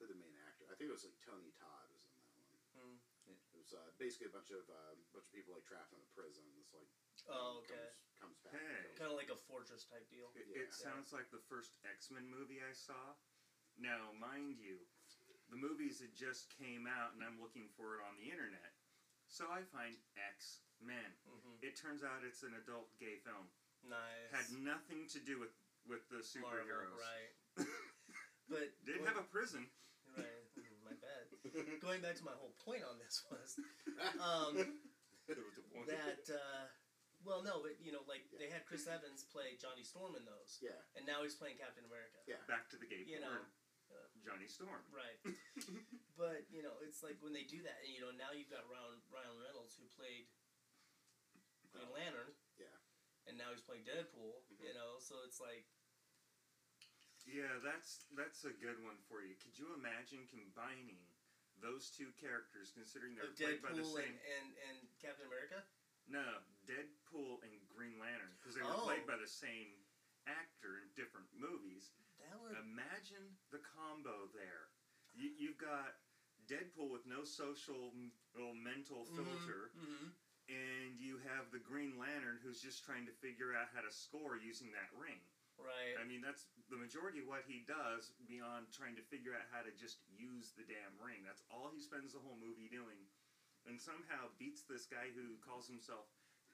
[SPEAKER 5] who the main actor. I think it was like Tony Todd was in that one.
[SPEAKER 4] Mm.
[SPEAKER 5] It was uh, basically a bunch of uh, bunch of people like trapped in a prison. It's like
[SPEAKER 4] Oh,
[SPEAKER 5] um,
[SPEAKER 4] okay.
[SPEAKER 5] comes, comes back.
[SPEAKER 2] Hey.
[SPEAKER 5] and kills-
[SPEAKER 4] Kind of like a fortress type deal.
[SPEAKER 2] It,
[SPEAKER 5] Yeah.
[SPEAKER 2] it sounds like the first X Men movie I saw. Now, mind you, the movies had just came out, and I'm looking for it on the internet. So I find X Men.
[SPEAKER 4] Mm-hmm.
[SPEAKER 2] It turns out it's an adult gay film.
[SPEAKER 4] Nice.
[SPEAKER 2] Had nothing to do with with the
[SPEAKER 4] Marvel,
[SPEAKER 2] superheroes.
[SPEAKER 4] right? But
[SPEAKER 2] Did have a prison.
[SPEAKER 4] right. Mm, My bad. Going back to my whole point on this was, um.
[SPEAKER 2] There was a point.
[SPEAKER 4] that uh, well no but you know like
[SPEAKER 5] Yeah.
[SPEAKER 4] they had chris evans play johnny storm in those
[SPEAKER 5] yeah,
[SPEAKER 4] and now he's playing captain america
[SPEAKER 5] Yeah.
[SPEAKER 2] Back to the gay
[SPEAKER 4] You
[SPEAKER 2] porn.
[SPEAKER 4] know, uh,
[SPEAKER 2] Johnny Storm.
[SPEAKER 4] right but you know it's like when they do that and you know now you've got ryan, ryan reynolds who played green
[SPEAKER 5] Oh.
[SPEAKER 4] lantern
[SPEAKER 5] Yeah.
[SPEAKER 4] and now he's playing deadpool you
[SPEAKER 5] Mhm.
[SPEAKER 4] know so it's like
[SPEAKER 2] Yeah, that's that's a good one for you. Could you imagine combining those two characters, considering they're
[SPEAKER 4] of
[SPEAKER 2] played by the
[SPEAKER 4] deadpool and,
[SPEAKER 2] same?
[SPEAKER 4] and, and captain america
[SPEAKER 2] No, Deadpool and Green Lantern, because they were
[SPEAKER 4] Oh.
[SPEAKER 2] played by the same actor in different movies.
[SPEAKER 4] that would
[SPEAKER 2] Imagine the combo there. You, you've got Deadpool with no social m- or mental filter,
[SPEAKER 4] hmm
[SPEAKER 2] and you have the Green Lantern who's just trying to figure out how to score using that ring.
[SPEAKER 4] right
[SPEAKER 2] I mean, that's the majority of what he does beyond trying to figure out how to just use the damn ring. That's all he spends the whole movie doing. And somehow beats this guy who calls himself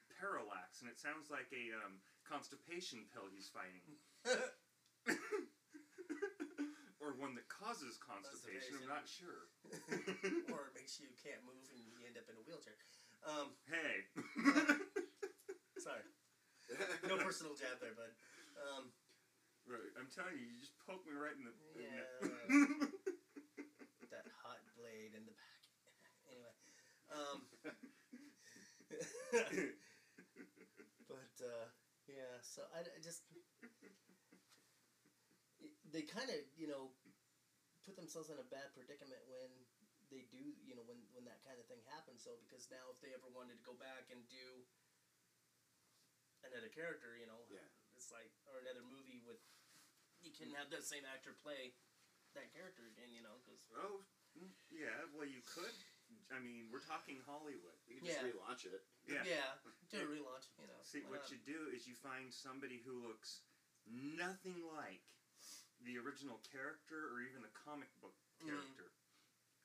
[SPEAKER 2] Parallax. And it sounds like a um, constipation pill he's fighting. or one that causes constipation, I'm not sure.
[SPEAKER 4] or it makes you can't move and you end up in a wheelchair um
[SPEAKER 2] hey.
[SPEAKER 4] sorry no personal jab there bud um
[SPEAKER 2] Right, I'm telling you, you just poke me right in the. in the-
[SPEAKER 4] Yeah. that hot blade in the back. Anyway, um, but uh, yeah, so I, I just it- they kind of you know put themselves in a bad predicament when they do you know when when that kind of thing happens. So because now if they ever wanted to go back and do another character, you know,
[SPEAKER 5] Yeah.
[SPEAKER 4] it's like or another movie with you can have that same actor play that character again, you know, because
[SPEAKER 2] oh, mm, yeah, well, you could. I mean, we're talking Hollywood.
[SPEAKER 5] you can just
[SPEAKER 4] Yeah.
[SPEAKER 5] relaunch it.
[SPEAKER 2] Yeah.
[SPEAKER 4] do a relaunch, you know.
[SPEAKER 2] See,
[SPEAKER 4] why
[SPEAKER 2] what
[SPEAKER 4] not?
[SPEAKER 2] you do is you find somebody who looks nothing like the original character or even the comic book
[SPEAKER 4] Mhm.
[SPEAKER 2] character.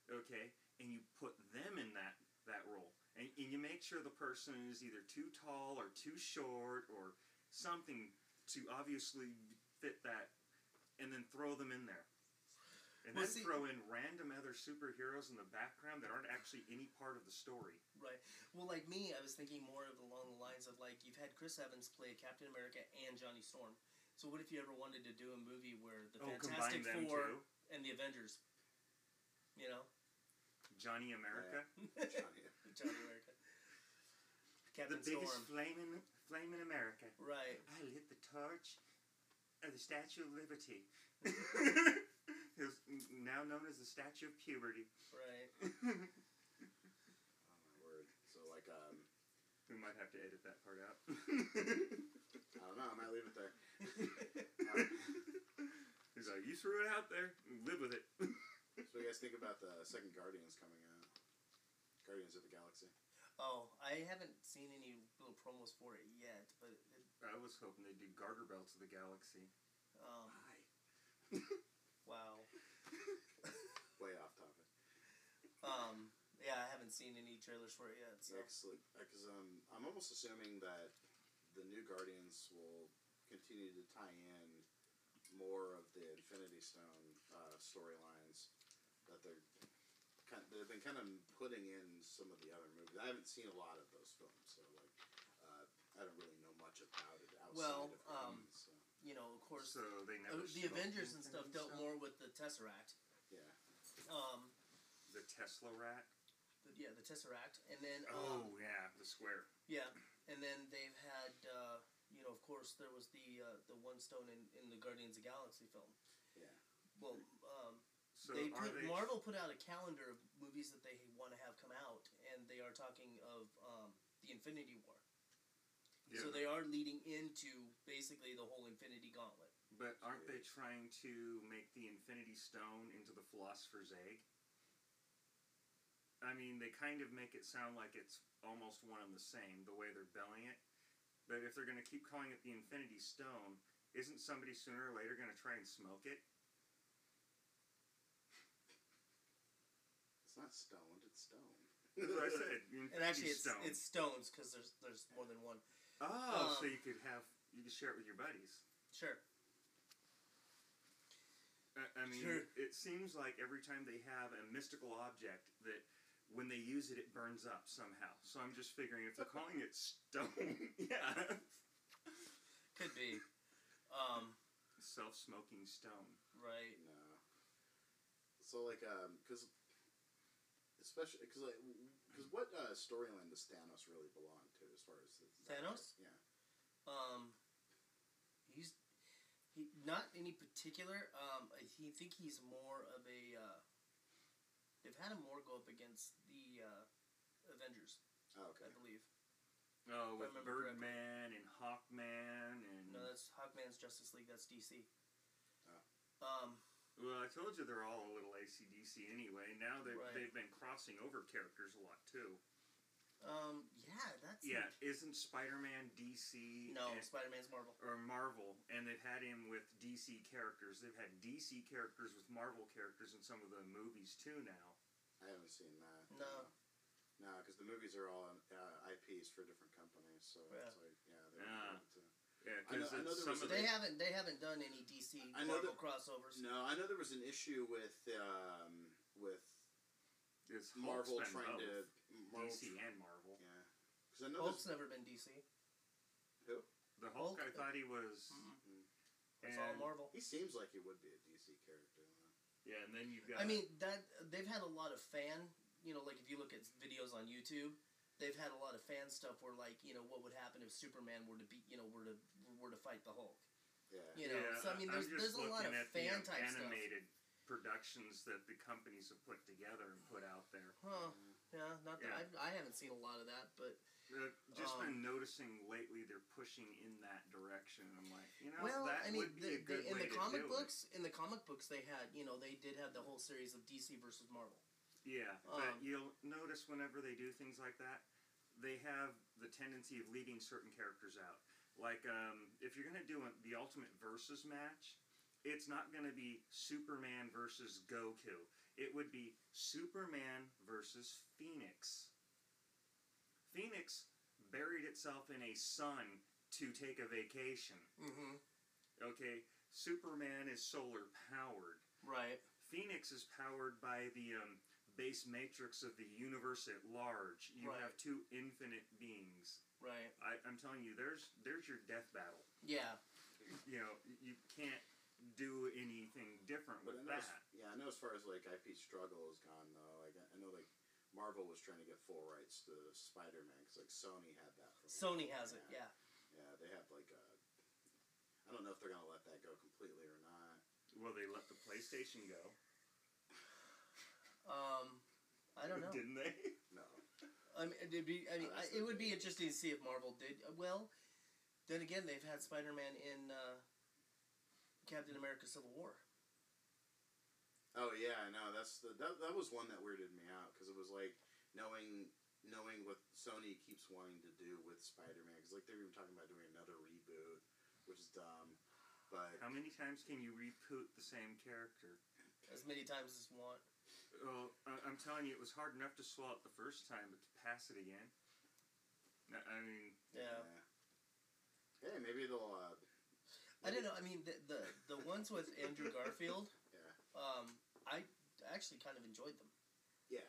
[SPEAKER 2] Okay? And you put them in that, that role. And, and you make sure the person is either too tall or too short or something to obviously fit that, and then throw them in there. And then
[SPEAKER 4] Well, see-
[SPEAKER 2] throw in random other superheroes in the background that aren't actually any part of the story.
[SPEAKER 4] right? Well, like me, I was thinking more of along the lines of like you've had Chris Evans play Captain America and Johnny Storm. So what if you ever wanted to do a movie where the
[SPEAKER 2] Oh, combine
[SPEAKER 4] Fantastic
[SPEAKER 2] them
[SPEAKER 4] Four
[SPEAKER 2] too.
[SPEAKER 4] and the Avengers, you know,
[SPEAKER 2] Johnny America.
[SPEAKER 5] Johnny,
[SPEAKER 4] Johnny America, Captain
[SPEAKER 2] the biggest
[SPEAKER 4] Storm,
[SPEAKER 2] flame in flame in America.
[SPEAKER 4] right?
[SPEAKER 2] I lit the torch of the Statue of Liberty. Who's now known as the Statue of Puberty.
[SPEAKER 4] Right.
[SPEAKER 2] we
[SPEAKER 5] oh my word. So like um,
[SPEAKER 2] might have to edit that part out.
[SPEAKER 5] I don't know. I might leave it there.
[SPEAKER 2] He's like, you threw it out there. Live with it.
[SPEAKER 5] So you guys think about the second Guardians coming out? Guardians of the Galaxy.
[SPEAKER 4] Oh, I haven't seen any little promos for it yet, but it,
[SPEAKER 2] I was hoping they'd do garter belts of the galaxy.
[SPEAKER 4] um, wow.
[SPEAKER 5] Way off topic.
[SPEAKER 4] Um, yeah, I haven't seen any trailers for it yet. So
[SPEAKER 5] Excellent. Because um, I'm almost assuming that the new Guardians will continue to tie in more of the Infinity Stone uh, storylines that they're kind they've been kind of putting in some of the other movies. I haven't seen a lot of those films, so like uh, I don't really know much about it outside
[SPEAKER 4] Well,
[SPEAKER 5] of
[SPEAKER 4] um,
[SPEAKER 5] them, so,
[SPEAKER 4] you know, of course,
[SPEAKER 2] So they
[SPEAKER 4] uh,
[SPEAKER 2] never.
[SPEAKER 4] the
[SPEAKER 2] spoke
[SPEAKER 4] Avengers and
[SPEAKER 2] anything
[SPEAKER 4] stuff dealt
[SPEAKER 2] themselves?
[SPEAKER 4] more with the Tesseract.
[SPEAKER 5] yeah.
[SPEAKER 4] Um,
[SPEAKER 2] The Tesla rat.
[SPEAKER 4] the, yeah, the Tesseract, and then
[SPEAKER 2] Oh
[SPEAKER 4] um,
[SPEAKER 2] yeah, the square.
[SPEAKER 4] yeah, and then they've had uh, you know, of course, there was the uh, the one stone in, in the Guardians of the Galaxy film.
[SPEAKER 5] Yeah.
[SPEAKER 4] Well, um,
[SPEAKER 2] So
[SPEAKER 4] they
[SPEAKER 2] are
[SPEAKER 4] put
[SPEAKER 2] they?
[SPEAKER 4] Marvel put out a calendar of movies that they want to have come out, and they are talking of um, the Infinity War.
[SPEAKER 2] Yeah.
[SPEAKER 4] So they are leading into basically the whole Infinity Gauntlet.
[SPEAKER 2] But aren't they trying to make the Infinity Stone into the Philosopher's Egg? I mean, they kind of make it sound like it's almost one and the same, the way they're billing it. But if they're going to keep calling it the Infinity Stone, isn't somebody sooner or later going to try and smoke it?
[SPEAKER 5] It's not stoned. It's stone.
[SPEAKER 2] That's what I said. the Infinity
[SPEAKER 4] And actually, it's
[SPEAKER 2] Stone.
[SPEAKER 4] it's stones because there's there's more than one.
[SPEAKER 2] oh, so
[SPEAKER 4] um,
[SPEAKER 2] you could have you could share it with your buddies.
[SPEAKER 4] Sure.
[SPEAKER 2] I, I mean,
[SPEAKER 4] Sure.
[SPEAKER 2] it seems like every time they have a mystical object that when they use it, it burns up somehow. So I'm just figuring if they're calling it stone, yeah,
[SPEAKER 4] Could be. Um,
[SPEAKER 2] self-smoking stone.
[SPEAKER 4] right.
[SPEAKER 5] No. So like um, because especially because like because what uh, storyline does Thanos really belong to as far as the,
[SPEAKER 4] Thanos?
[SPEAKER 5] Yeah.
[SPEAKER 4] Um, he's he not any particular. Um, I he, think he's more of a. Uh, they've had him more go up against the uh, Avengers,
[SPEAKER 5] Oh, okay.
[SPEAKER 4] I believe.
[SPEAKER 2] Oh,
[SPEAKER 4] If I
[SPEAKER 2] with
[SPEAKER 4] remember correctly.
[SPEAKER 2] Birdman and Hawkman and
[SPEAKER 4] No, that's Hawkman's Justice League. That's DC.
[SPEAKER 5] Mm-hmm. Oh.
[SPEAKER 4] Um,
[SPEAKER 2] well, I told you they're all a little ACDC anyway. Now they
[SPEAKER 4] Right.
[SPEAKER 2] they've been crossing over characters a lot too.
[SPEAKER 4] um, yeah, that's
[SPEAKER 2] Yeah, isn't Spider-Man DC?
[SPEAKER 4] No,
[SPEAKER 2] and-
[SPEAKER 4] Spider Man's Marvel.
[SPEAKER 2] or Marvel, and they've had him with DC characters. They've had DC characters with Marvel characters in some of the movies too now.
[SPEAKER 5] I haven't seen that.
[SPEAKER 4] No.
[SPEAKER 5] No, because the movies are all uh, IPs for different companies, so
[SPEAKER 4] Yeah.
[SPEAKER 5] it's like yeah, they're
[SPEAKER 2] Ah.
[SPEAKER 5] able to-
[SPEAKER 2] Yeah,
[SPEAKER 5] I know-
[SPEAKER 2] because
[SPEAKER 5] I know there
[SPEAKER 2] some
[SPEAKER 5] was
[SPEAKER 2] of
[SPEAKER 5] a-
[SPEAKER 4] They
[SPEAKER 2] the,
[SPEAKER 4] haven't they haven't done any DC
[SPEAKER 5] I know
[SPEAKER 4] Marvel
[SPEAKER 5] that-
[SPEAKER 4] crossovers.
[SPEAKER 5] No, I know there was an issue with um with
[SPEAKER 2] it's Hulk's
[SPEAKER 5] Marvel
[SPEAKER 2] been
[SPEAKER 5] trying to
[SPEAKER 2] both,
[SPEAKER 5] Marvel
[SPEAKER 2] DC
[SPEAKER 5] tr-
[SPEAKER 2] and Marvel.
[SPEAKER 5] yeah. Because I know
[SPEAKER 4] Hulk's
[SPEAKER 5] there's,
[SPEAKER 4] never been DC.
[SPEAKER 2] The Hulk,
[SPEAKER 4] Hulk-
[SPEAKER 2] I thought he was.
[SPEAKER 4] It's all
[SPEAKER 2] And-
[SPEAKER 4] Marvel.
[SPEAKER 5] he seems like he would be a DC character. huh?
[SPEAKER 2] Yeah, and then you've got.
[SPEAKER 4] I mean that they've had a lot of fan. You know, like if you look at videos on YouTube, they've had a lot of fan stuff where like you know what would happen if Superman were to beat you know were to were to fight the Hulk.
[SPEAKER 5] Yeah.
[SPEAKER 4] You know, so I mean
[SPEAKER 2] I'm
[SPEAKER 4] there's
[SPEAKER 2] just
[SPEAKER 4] there's a lot of
[SPEAKER 2] looking at the,
[SPEAKER 4] fan
[SPEAKER 2] um,
[SPEAKER 4] type stuff.
[SPEAKER 2] animated productions that the companies have put together and put out there.
[SPEAKER 4] Huh? Yeah, not that
[SPEAKER 2] Yeah.
[SPEAKER 4] I've, I haven't seen a lot of that, but
[SPEAKER 2] Uh, just
[SPEAKER 4] Um,
[SPEAKER 2] been noticing lately they're pushing in that direction. I'm like, you know,
[SPEAKER 4] well,
[SPEAKER 2] that
[SPEAKER 4] I mean,
[SPEAKER 2] would be
[SPEAKER 4] the,
[SPEAKER 2] a good
[SPEAKER 4] the, in
[SPEAKER 2] way
[SPEAKER 4] the
[SPEAKER 2] to
[SPEAKER 4] comic
[SPEAKER 2] do
[SPEAKER 4] books, in the comic books, they had you know they did have the whole series of DC versus Marvel.
[SPEAKER 2] It. Yeah, but
[SPEAKER 4] Um,
[SPEAKER 2] you'll notice whenever they do things like that, they have the tendency of leaving certain characters out. Like, um, if you're gonna do a, the ultimate versus match, it's not gonna be Superman versus Goku. It would be Superman versus Phoenix. Phoenix buried itself in a sun to take a vacation.
[SPEAKER 4] Mm-hmm.
[SPEAKER 2] Okay, Superman is solar powered.
[SPEAKER 4] Right.
[SPEAKER 2] Phoenix is powered by the um, base matrix of the universe at large. You
[SPEAKER 4] Right.
[SPEAKER 2] have two infinite beings.
[SPEAKER 4] Right.
[SPEAKER 2] I, I'm telling you, there's there's your death battle.
[SPEAKER 4] Yeah.
[SPEAKER 2] you know, you can't do anything different
[SPEAKER 5] But I
[SPEAKER 2] with
[SPEAKER 5] know, as-
[SPEAKER 2] that.
[SPEAKER 5] yeah, I know as far as like IP struggle is gone though. Like I I know like Marvel was trying to get full rights to Spider-Man because like Sony had that. For a while.
[SPEAKER 4] Sony has it, yeah.
[SPEAKER 5] Yeah, they had like a. I don't know if they're gonna let that go completely or not.
[SPEAKER 2] Well, they let the PlayStation go,
[SPEAKER 4] Um, I don't know.
[SPEAKER 2] didn't they?
[SPEAKER 5] No,
[SPEAKER 4] I mean, it'd be, I mean,
[SPEAKER 5] Oh,
[SPEAKER 4] I,
[SPEAKER 5] that's
[SPEAKER 4] it
[SPEAKER 5] the
[SPEAKER 4] would be
[SPEAKER 5] thing.
[SPEAKER 4] interesting to see if Marvel did uh, well. Then again, they've had Spider-Man in uh, Captain America: Civil War.
[SPEAKER 5] Oh yeah, I know. That's the that, that was one that weirded me out because it was like knowing knowing what Sony keeps wanting to do with Spider Man because like they're even talking about doing another reboot, which is dumb. But
[SPEAKER 2] How many times can you repeat the same character?
[SPEAKER 4] As many times as you want.
[SPEAKER 2] Well, I- I'm telling you, it was hard enough to swallow it the first time, but to pass it again. No, I mean,
[SPEAKER 4] Yeah.
[SPEAKER 5] Hey, maybe they'll. Uh,
[SPEAKER 4] I don't know. I mean, the the, the ones with Andrew Garfield,
[SPEAKER 5] Yeah.
[SPEAKER 4] um, I actually kind of enjoyed them.
[SPEAKER 5] Yeah.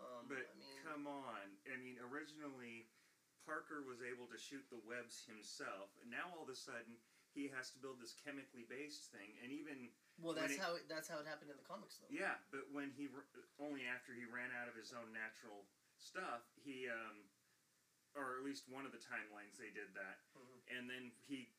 [SPEAKER 4] Um,
[SPEAKER 2] but
[SPEAKER 4] I mean,
[SPEAKER 2] come on. I mean, originally, Parker was able to shoot the webs himself, and now all of a sudden, he has to build this chemically based thing. And even,
[SPEAKER 4] well,
[SPEAKER 2] when
[SPEAKER 4] that's
[SPEAKER 2] it-
[SPEAKER 4] how it, that's how it happened in the comics, though.
[SPEAKER 2] yeah, but when he, r- only after he ran out of his own natural stuff, he, um, or at least one of the timelines they did that.
[SPEAKER 4] Mhm.
[SPEAKER 2] And then he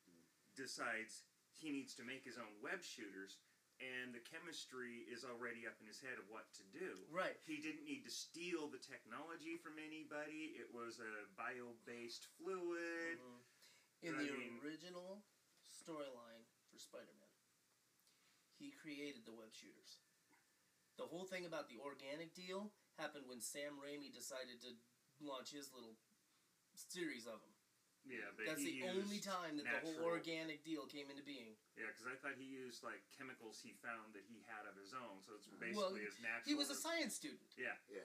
[SPEAKER 2] decides he needs to make his own web shooters. And the chemistry is already up in his head of what to do.
[SPEAKER 4] Right.
[SPEAKER 2] He didn't need to steal the technology from anybody. It was a bio-based fluid.
[SPEAKER 4] Mhm. In
[SPEAKER 2] I
[SPEAKER 4] the
[SPEAKER 2] mean-
[SPEAKER 4] original storyline for Spider-Man, he created the web shooters. The whole thing about the organic deal happened when Sam Raimi decided to launch his little series of them.
[SPEAKER 2] Yeah, but
[SPEAKER 4] That's
[SPEAKER 2] he
[SPEAKER 4] the only
[SPEAKER 2] used-
[SPEAKER 4] time that the
[SPEAKER 2] natural-
[SPEAKER 4] whole organic deal came into being.
[SPEAKER 2] Yeah, because I thought he used like chemicals he found that he had of his own. So it's basically
[SPEAKER 4] Well,
[SPEAKER 2] his natural.
[SPEAKER 4] He was a science student.
[SPEAKER 5] Yeah. yeah.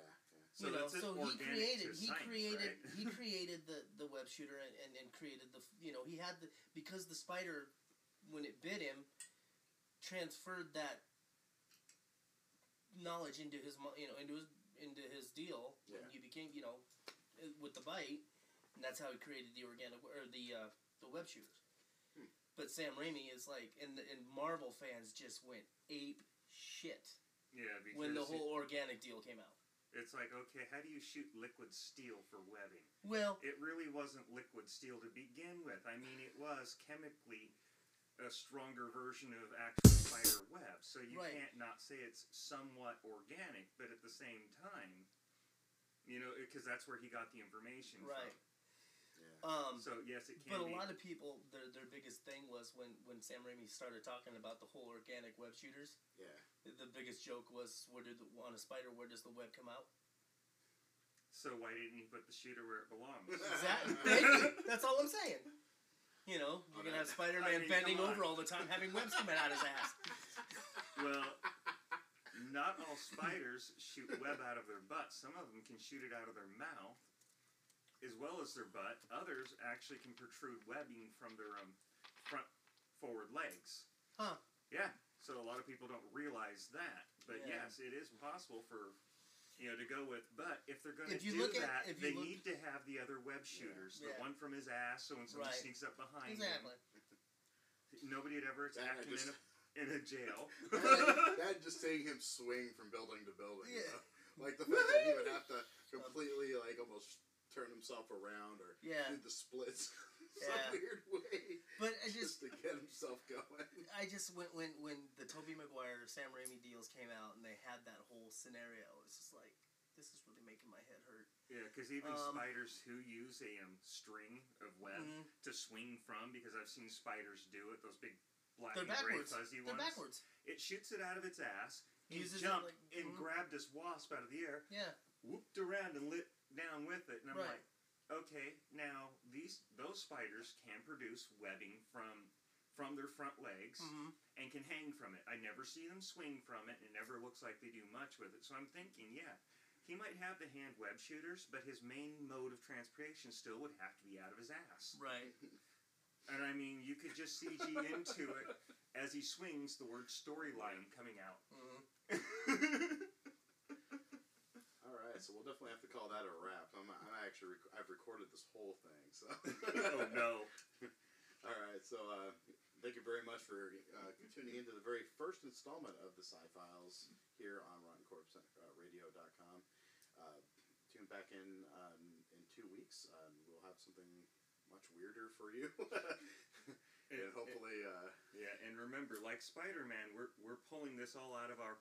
[SPEAKER 2] So
[SPEAKER 4] you know,
[SPEAKER 2] that's it,
[SPEAKER 4] so he
[SPEAKER 2] organic
[SPEAKER 4] created
[SPEAKER 2] to
[SPEAKER 4] he
[SPEAKER 2] science,
[SPEAKER 4] created
[SPEAKER 2] right?
[SPEAKER 4] he created the the web shooter and, and and created the you know he had the because the spider when it bit him transferred that knowledge into his mo- you know into his into his deal
[SPEAKER 5] Yeah.
[SPEAKER 4] when he became you know uh, with the bite and that's how he created the organic or the uh, the web shooters.
[SPEAKER 5] Hmm.
[SPEAKER 4] But Sam Raimi is like and the, and Marvel fans just went ape shit
[SPEAKER 2] yeah, because
[SPEAKER 4] when the
[SPEAKER 2] he-
[SPEAKER 4] whole organic deal came out.
[SPEAKER 2] it's like okay, how do you shoot liquid steel for webbing?
[SPEAKER 4] Well,
[SPEAKER 2] It really wasn't liquid steel to begin with. I mean, it was chemically a stronger version of actual spider web. So you
[SPEAKER 4] Right.
[SPEAKER 2] can't not say it's somewhat organic, but at the same time, you know, because that's where he got the information
[SPEAKER 4] Right.
[SPEAKER 5] Yeah.
[SPEAKER 2] from.
[SPEAKER 4] um,
[SPEAKER 2] So yes, it can
[SPEAKER 4] But a
[SPEAKER 2] be.
[SPEAKER 4] lot of people, their, their biggest thing was when, when Sam Raimi started talking about the whole organic web shooters.
[SPEAKER 5] Yeah.
[SPEAKER 4] The biggest joke was, where did the, on a spider, where does the web come out?
[SPEAKER 2] so why didn't he put the shooter where it belongs?
[SPEAKER 4] Exactly. Thank you. That's all I'm saying. You know, you're gonna have
[SPEAKER 2] I
[SPEAKER 4] Spider-Man
[SPEAKER 2] mean,
[SPEAKER 4] bending
[SPEAKER 2] come on.
[SPEAKER 4] over all the time, having webs coming out of his ass.
[SPEAKER 2] Well, not all spiders shoot web out of their butt. Some of them can shoot it out of their mouth as well as their butt. Others actually can protrude webbing from their um, front forward legs.
[SPEAKER 4] Huh.
[SPEAKER 2] Yeah. So a lot of people don't realize that. But
[SPEAKER 4] Yeah.
[SPEAKER 2] yes, it is possible for you know to go with but if they're going to
[SPEAKER 4] If you
[SPEAKER 2] do
[SPEAKER 4] look at-
[SPEAKER 2] that,
[SPEAKER 4] if you
[SPEAKER 2] they
[SPEAKER 4] look-
[SPEAKER 2] need to have the other web shooters. The
[SPEAKER 4] Yeah.
[SPEAKER 2] one from his ass so when somebody
[SPEAKER 4] Right.
[SPEAKER 2] sneaks up behind
[SPEAKER 4] Exactly.
[SPEAKER 2] him, nobody would ever
[SPEAKER 5] That
[SPEAKER 2] attack him
[SPEAKER 5] just,
[SPEAKER 2] in, a, in a jail.
[SPEAKER 5] that just seeing him swing from building to building. you
[SPEAKER 4] Yeah.
[SPEAKER 5] know? Like the fact that he would have to completely like almost turn himself around or
[SPEAKER 4] Yeah,
[SPEAKER 5] do the splits some
[SPEAKER 4] Yeah.
[SPEAKER 5] weird way
[SPEAKER 4] but I just,
[SPEAKER 5] just to get himself going.
[SPEAKER 4] I just when when when the Toby Maguire Sam Raimi deals came out and they had that whole scenario, it's just like this is really making my head hurt.
[SPEAKER 2] Yeah, because even
[SPEAKER 4] Um,
[SPEAKER 2] spiders who use a um, string of web
[SPEAKER 4] Mhm.
[SPEAKER 2] to swing from, because I've seen spiders do it, those big black
[SPEAKER 4] They're
[SPEAKER 2] and gray
[SPEAKER 4] backwards.
[SPEAKER 2] fuzzy
[SPEAKER 4] They're
[SPEAKER 2] ones.
[SPEAKER 4] backwards.
[SPEAKER 2] It shoots it out of its ass, and
[SPEAKER 4] Uses it
[SPEAKER 2] jumped
[SPEAKER 4] like-
[SPEAKER 2] and
[SPEAKER 4] mhm.
[SPEAKER 2] grabbed this wasp out of the air,
[SPEAKER 4] Yeah.
[SPEAKER 2] whooped around and lit down with it, and I'm
[SPEAKER 4] Right.
[SPEAKER 2] like, okay, now these those spiders can produce webbing from from their front legs
[SPEAKER 4] Mhm.
[SPEAKER 2] and can hang from it. I never see them swing from it, and it never looks like they do much with it. So I'm thinking, yeah, he might have the hand web shooters, but his main mode of transportation still would have to be out of his ass.
[SPEAKER 4] Right.
[SPEAKER 2] And I mean, you could just CG into it as he swings the word storyline coming out.
[SPEAKER 4] Mhm.
[SPEAKER 5] All right, so we'll definitely have to call that a wrap. I'm, I'm actually rec- I've recorded this whole thing, so
[SPEAKER 2] oh no.
[SPEAKER 5] All right, so uh, thank you very much for uh, tuning into the very first installment of the Sci Files here on RottenCorpsRadio.com. Uh, tune back in um, in two weeks. Um, we'll have something much weirder for you,
[SPEAKER 2] And-
[SPEAKER 5] and hopefully, uh,
[SPEAKER 2] and- yeah, and remember, like Spider Man, we're we're pulling this all out of our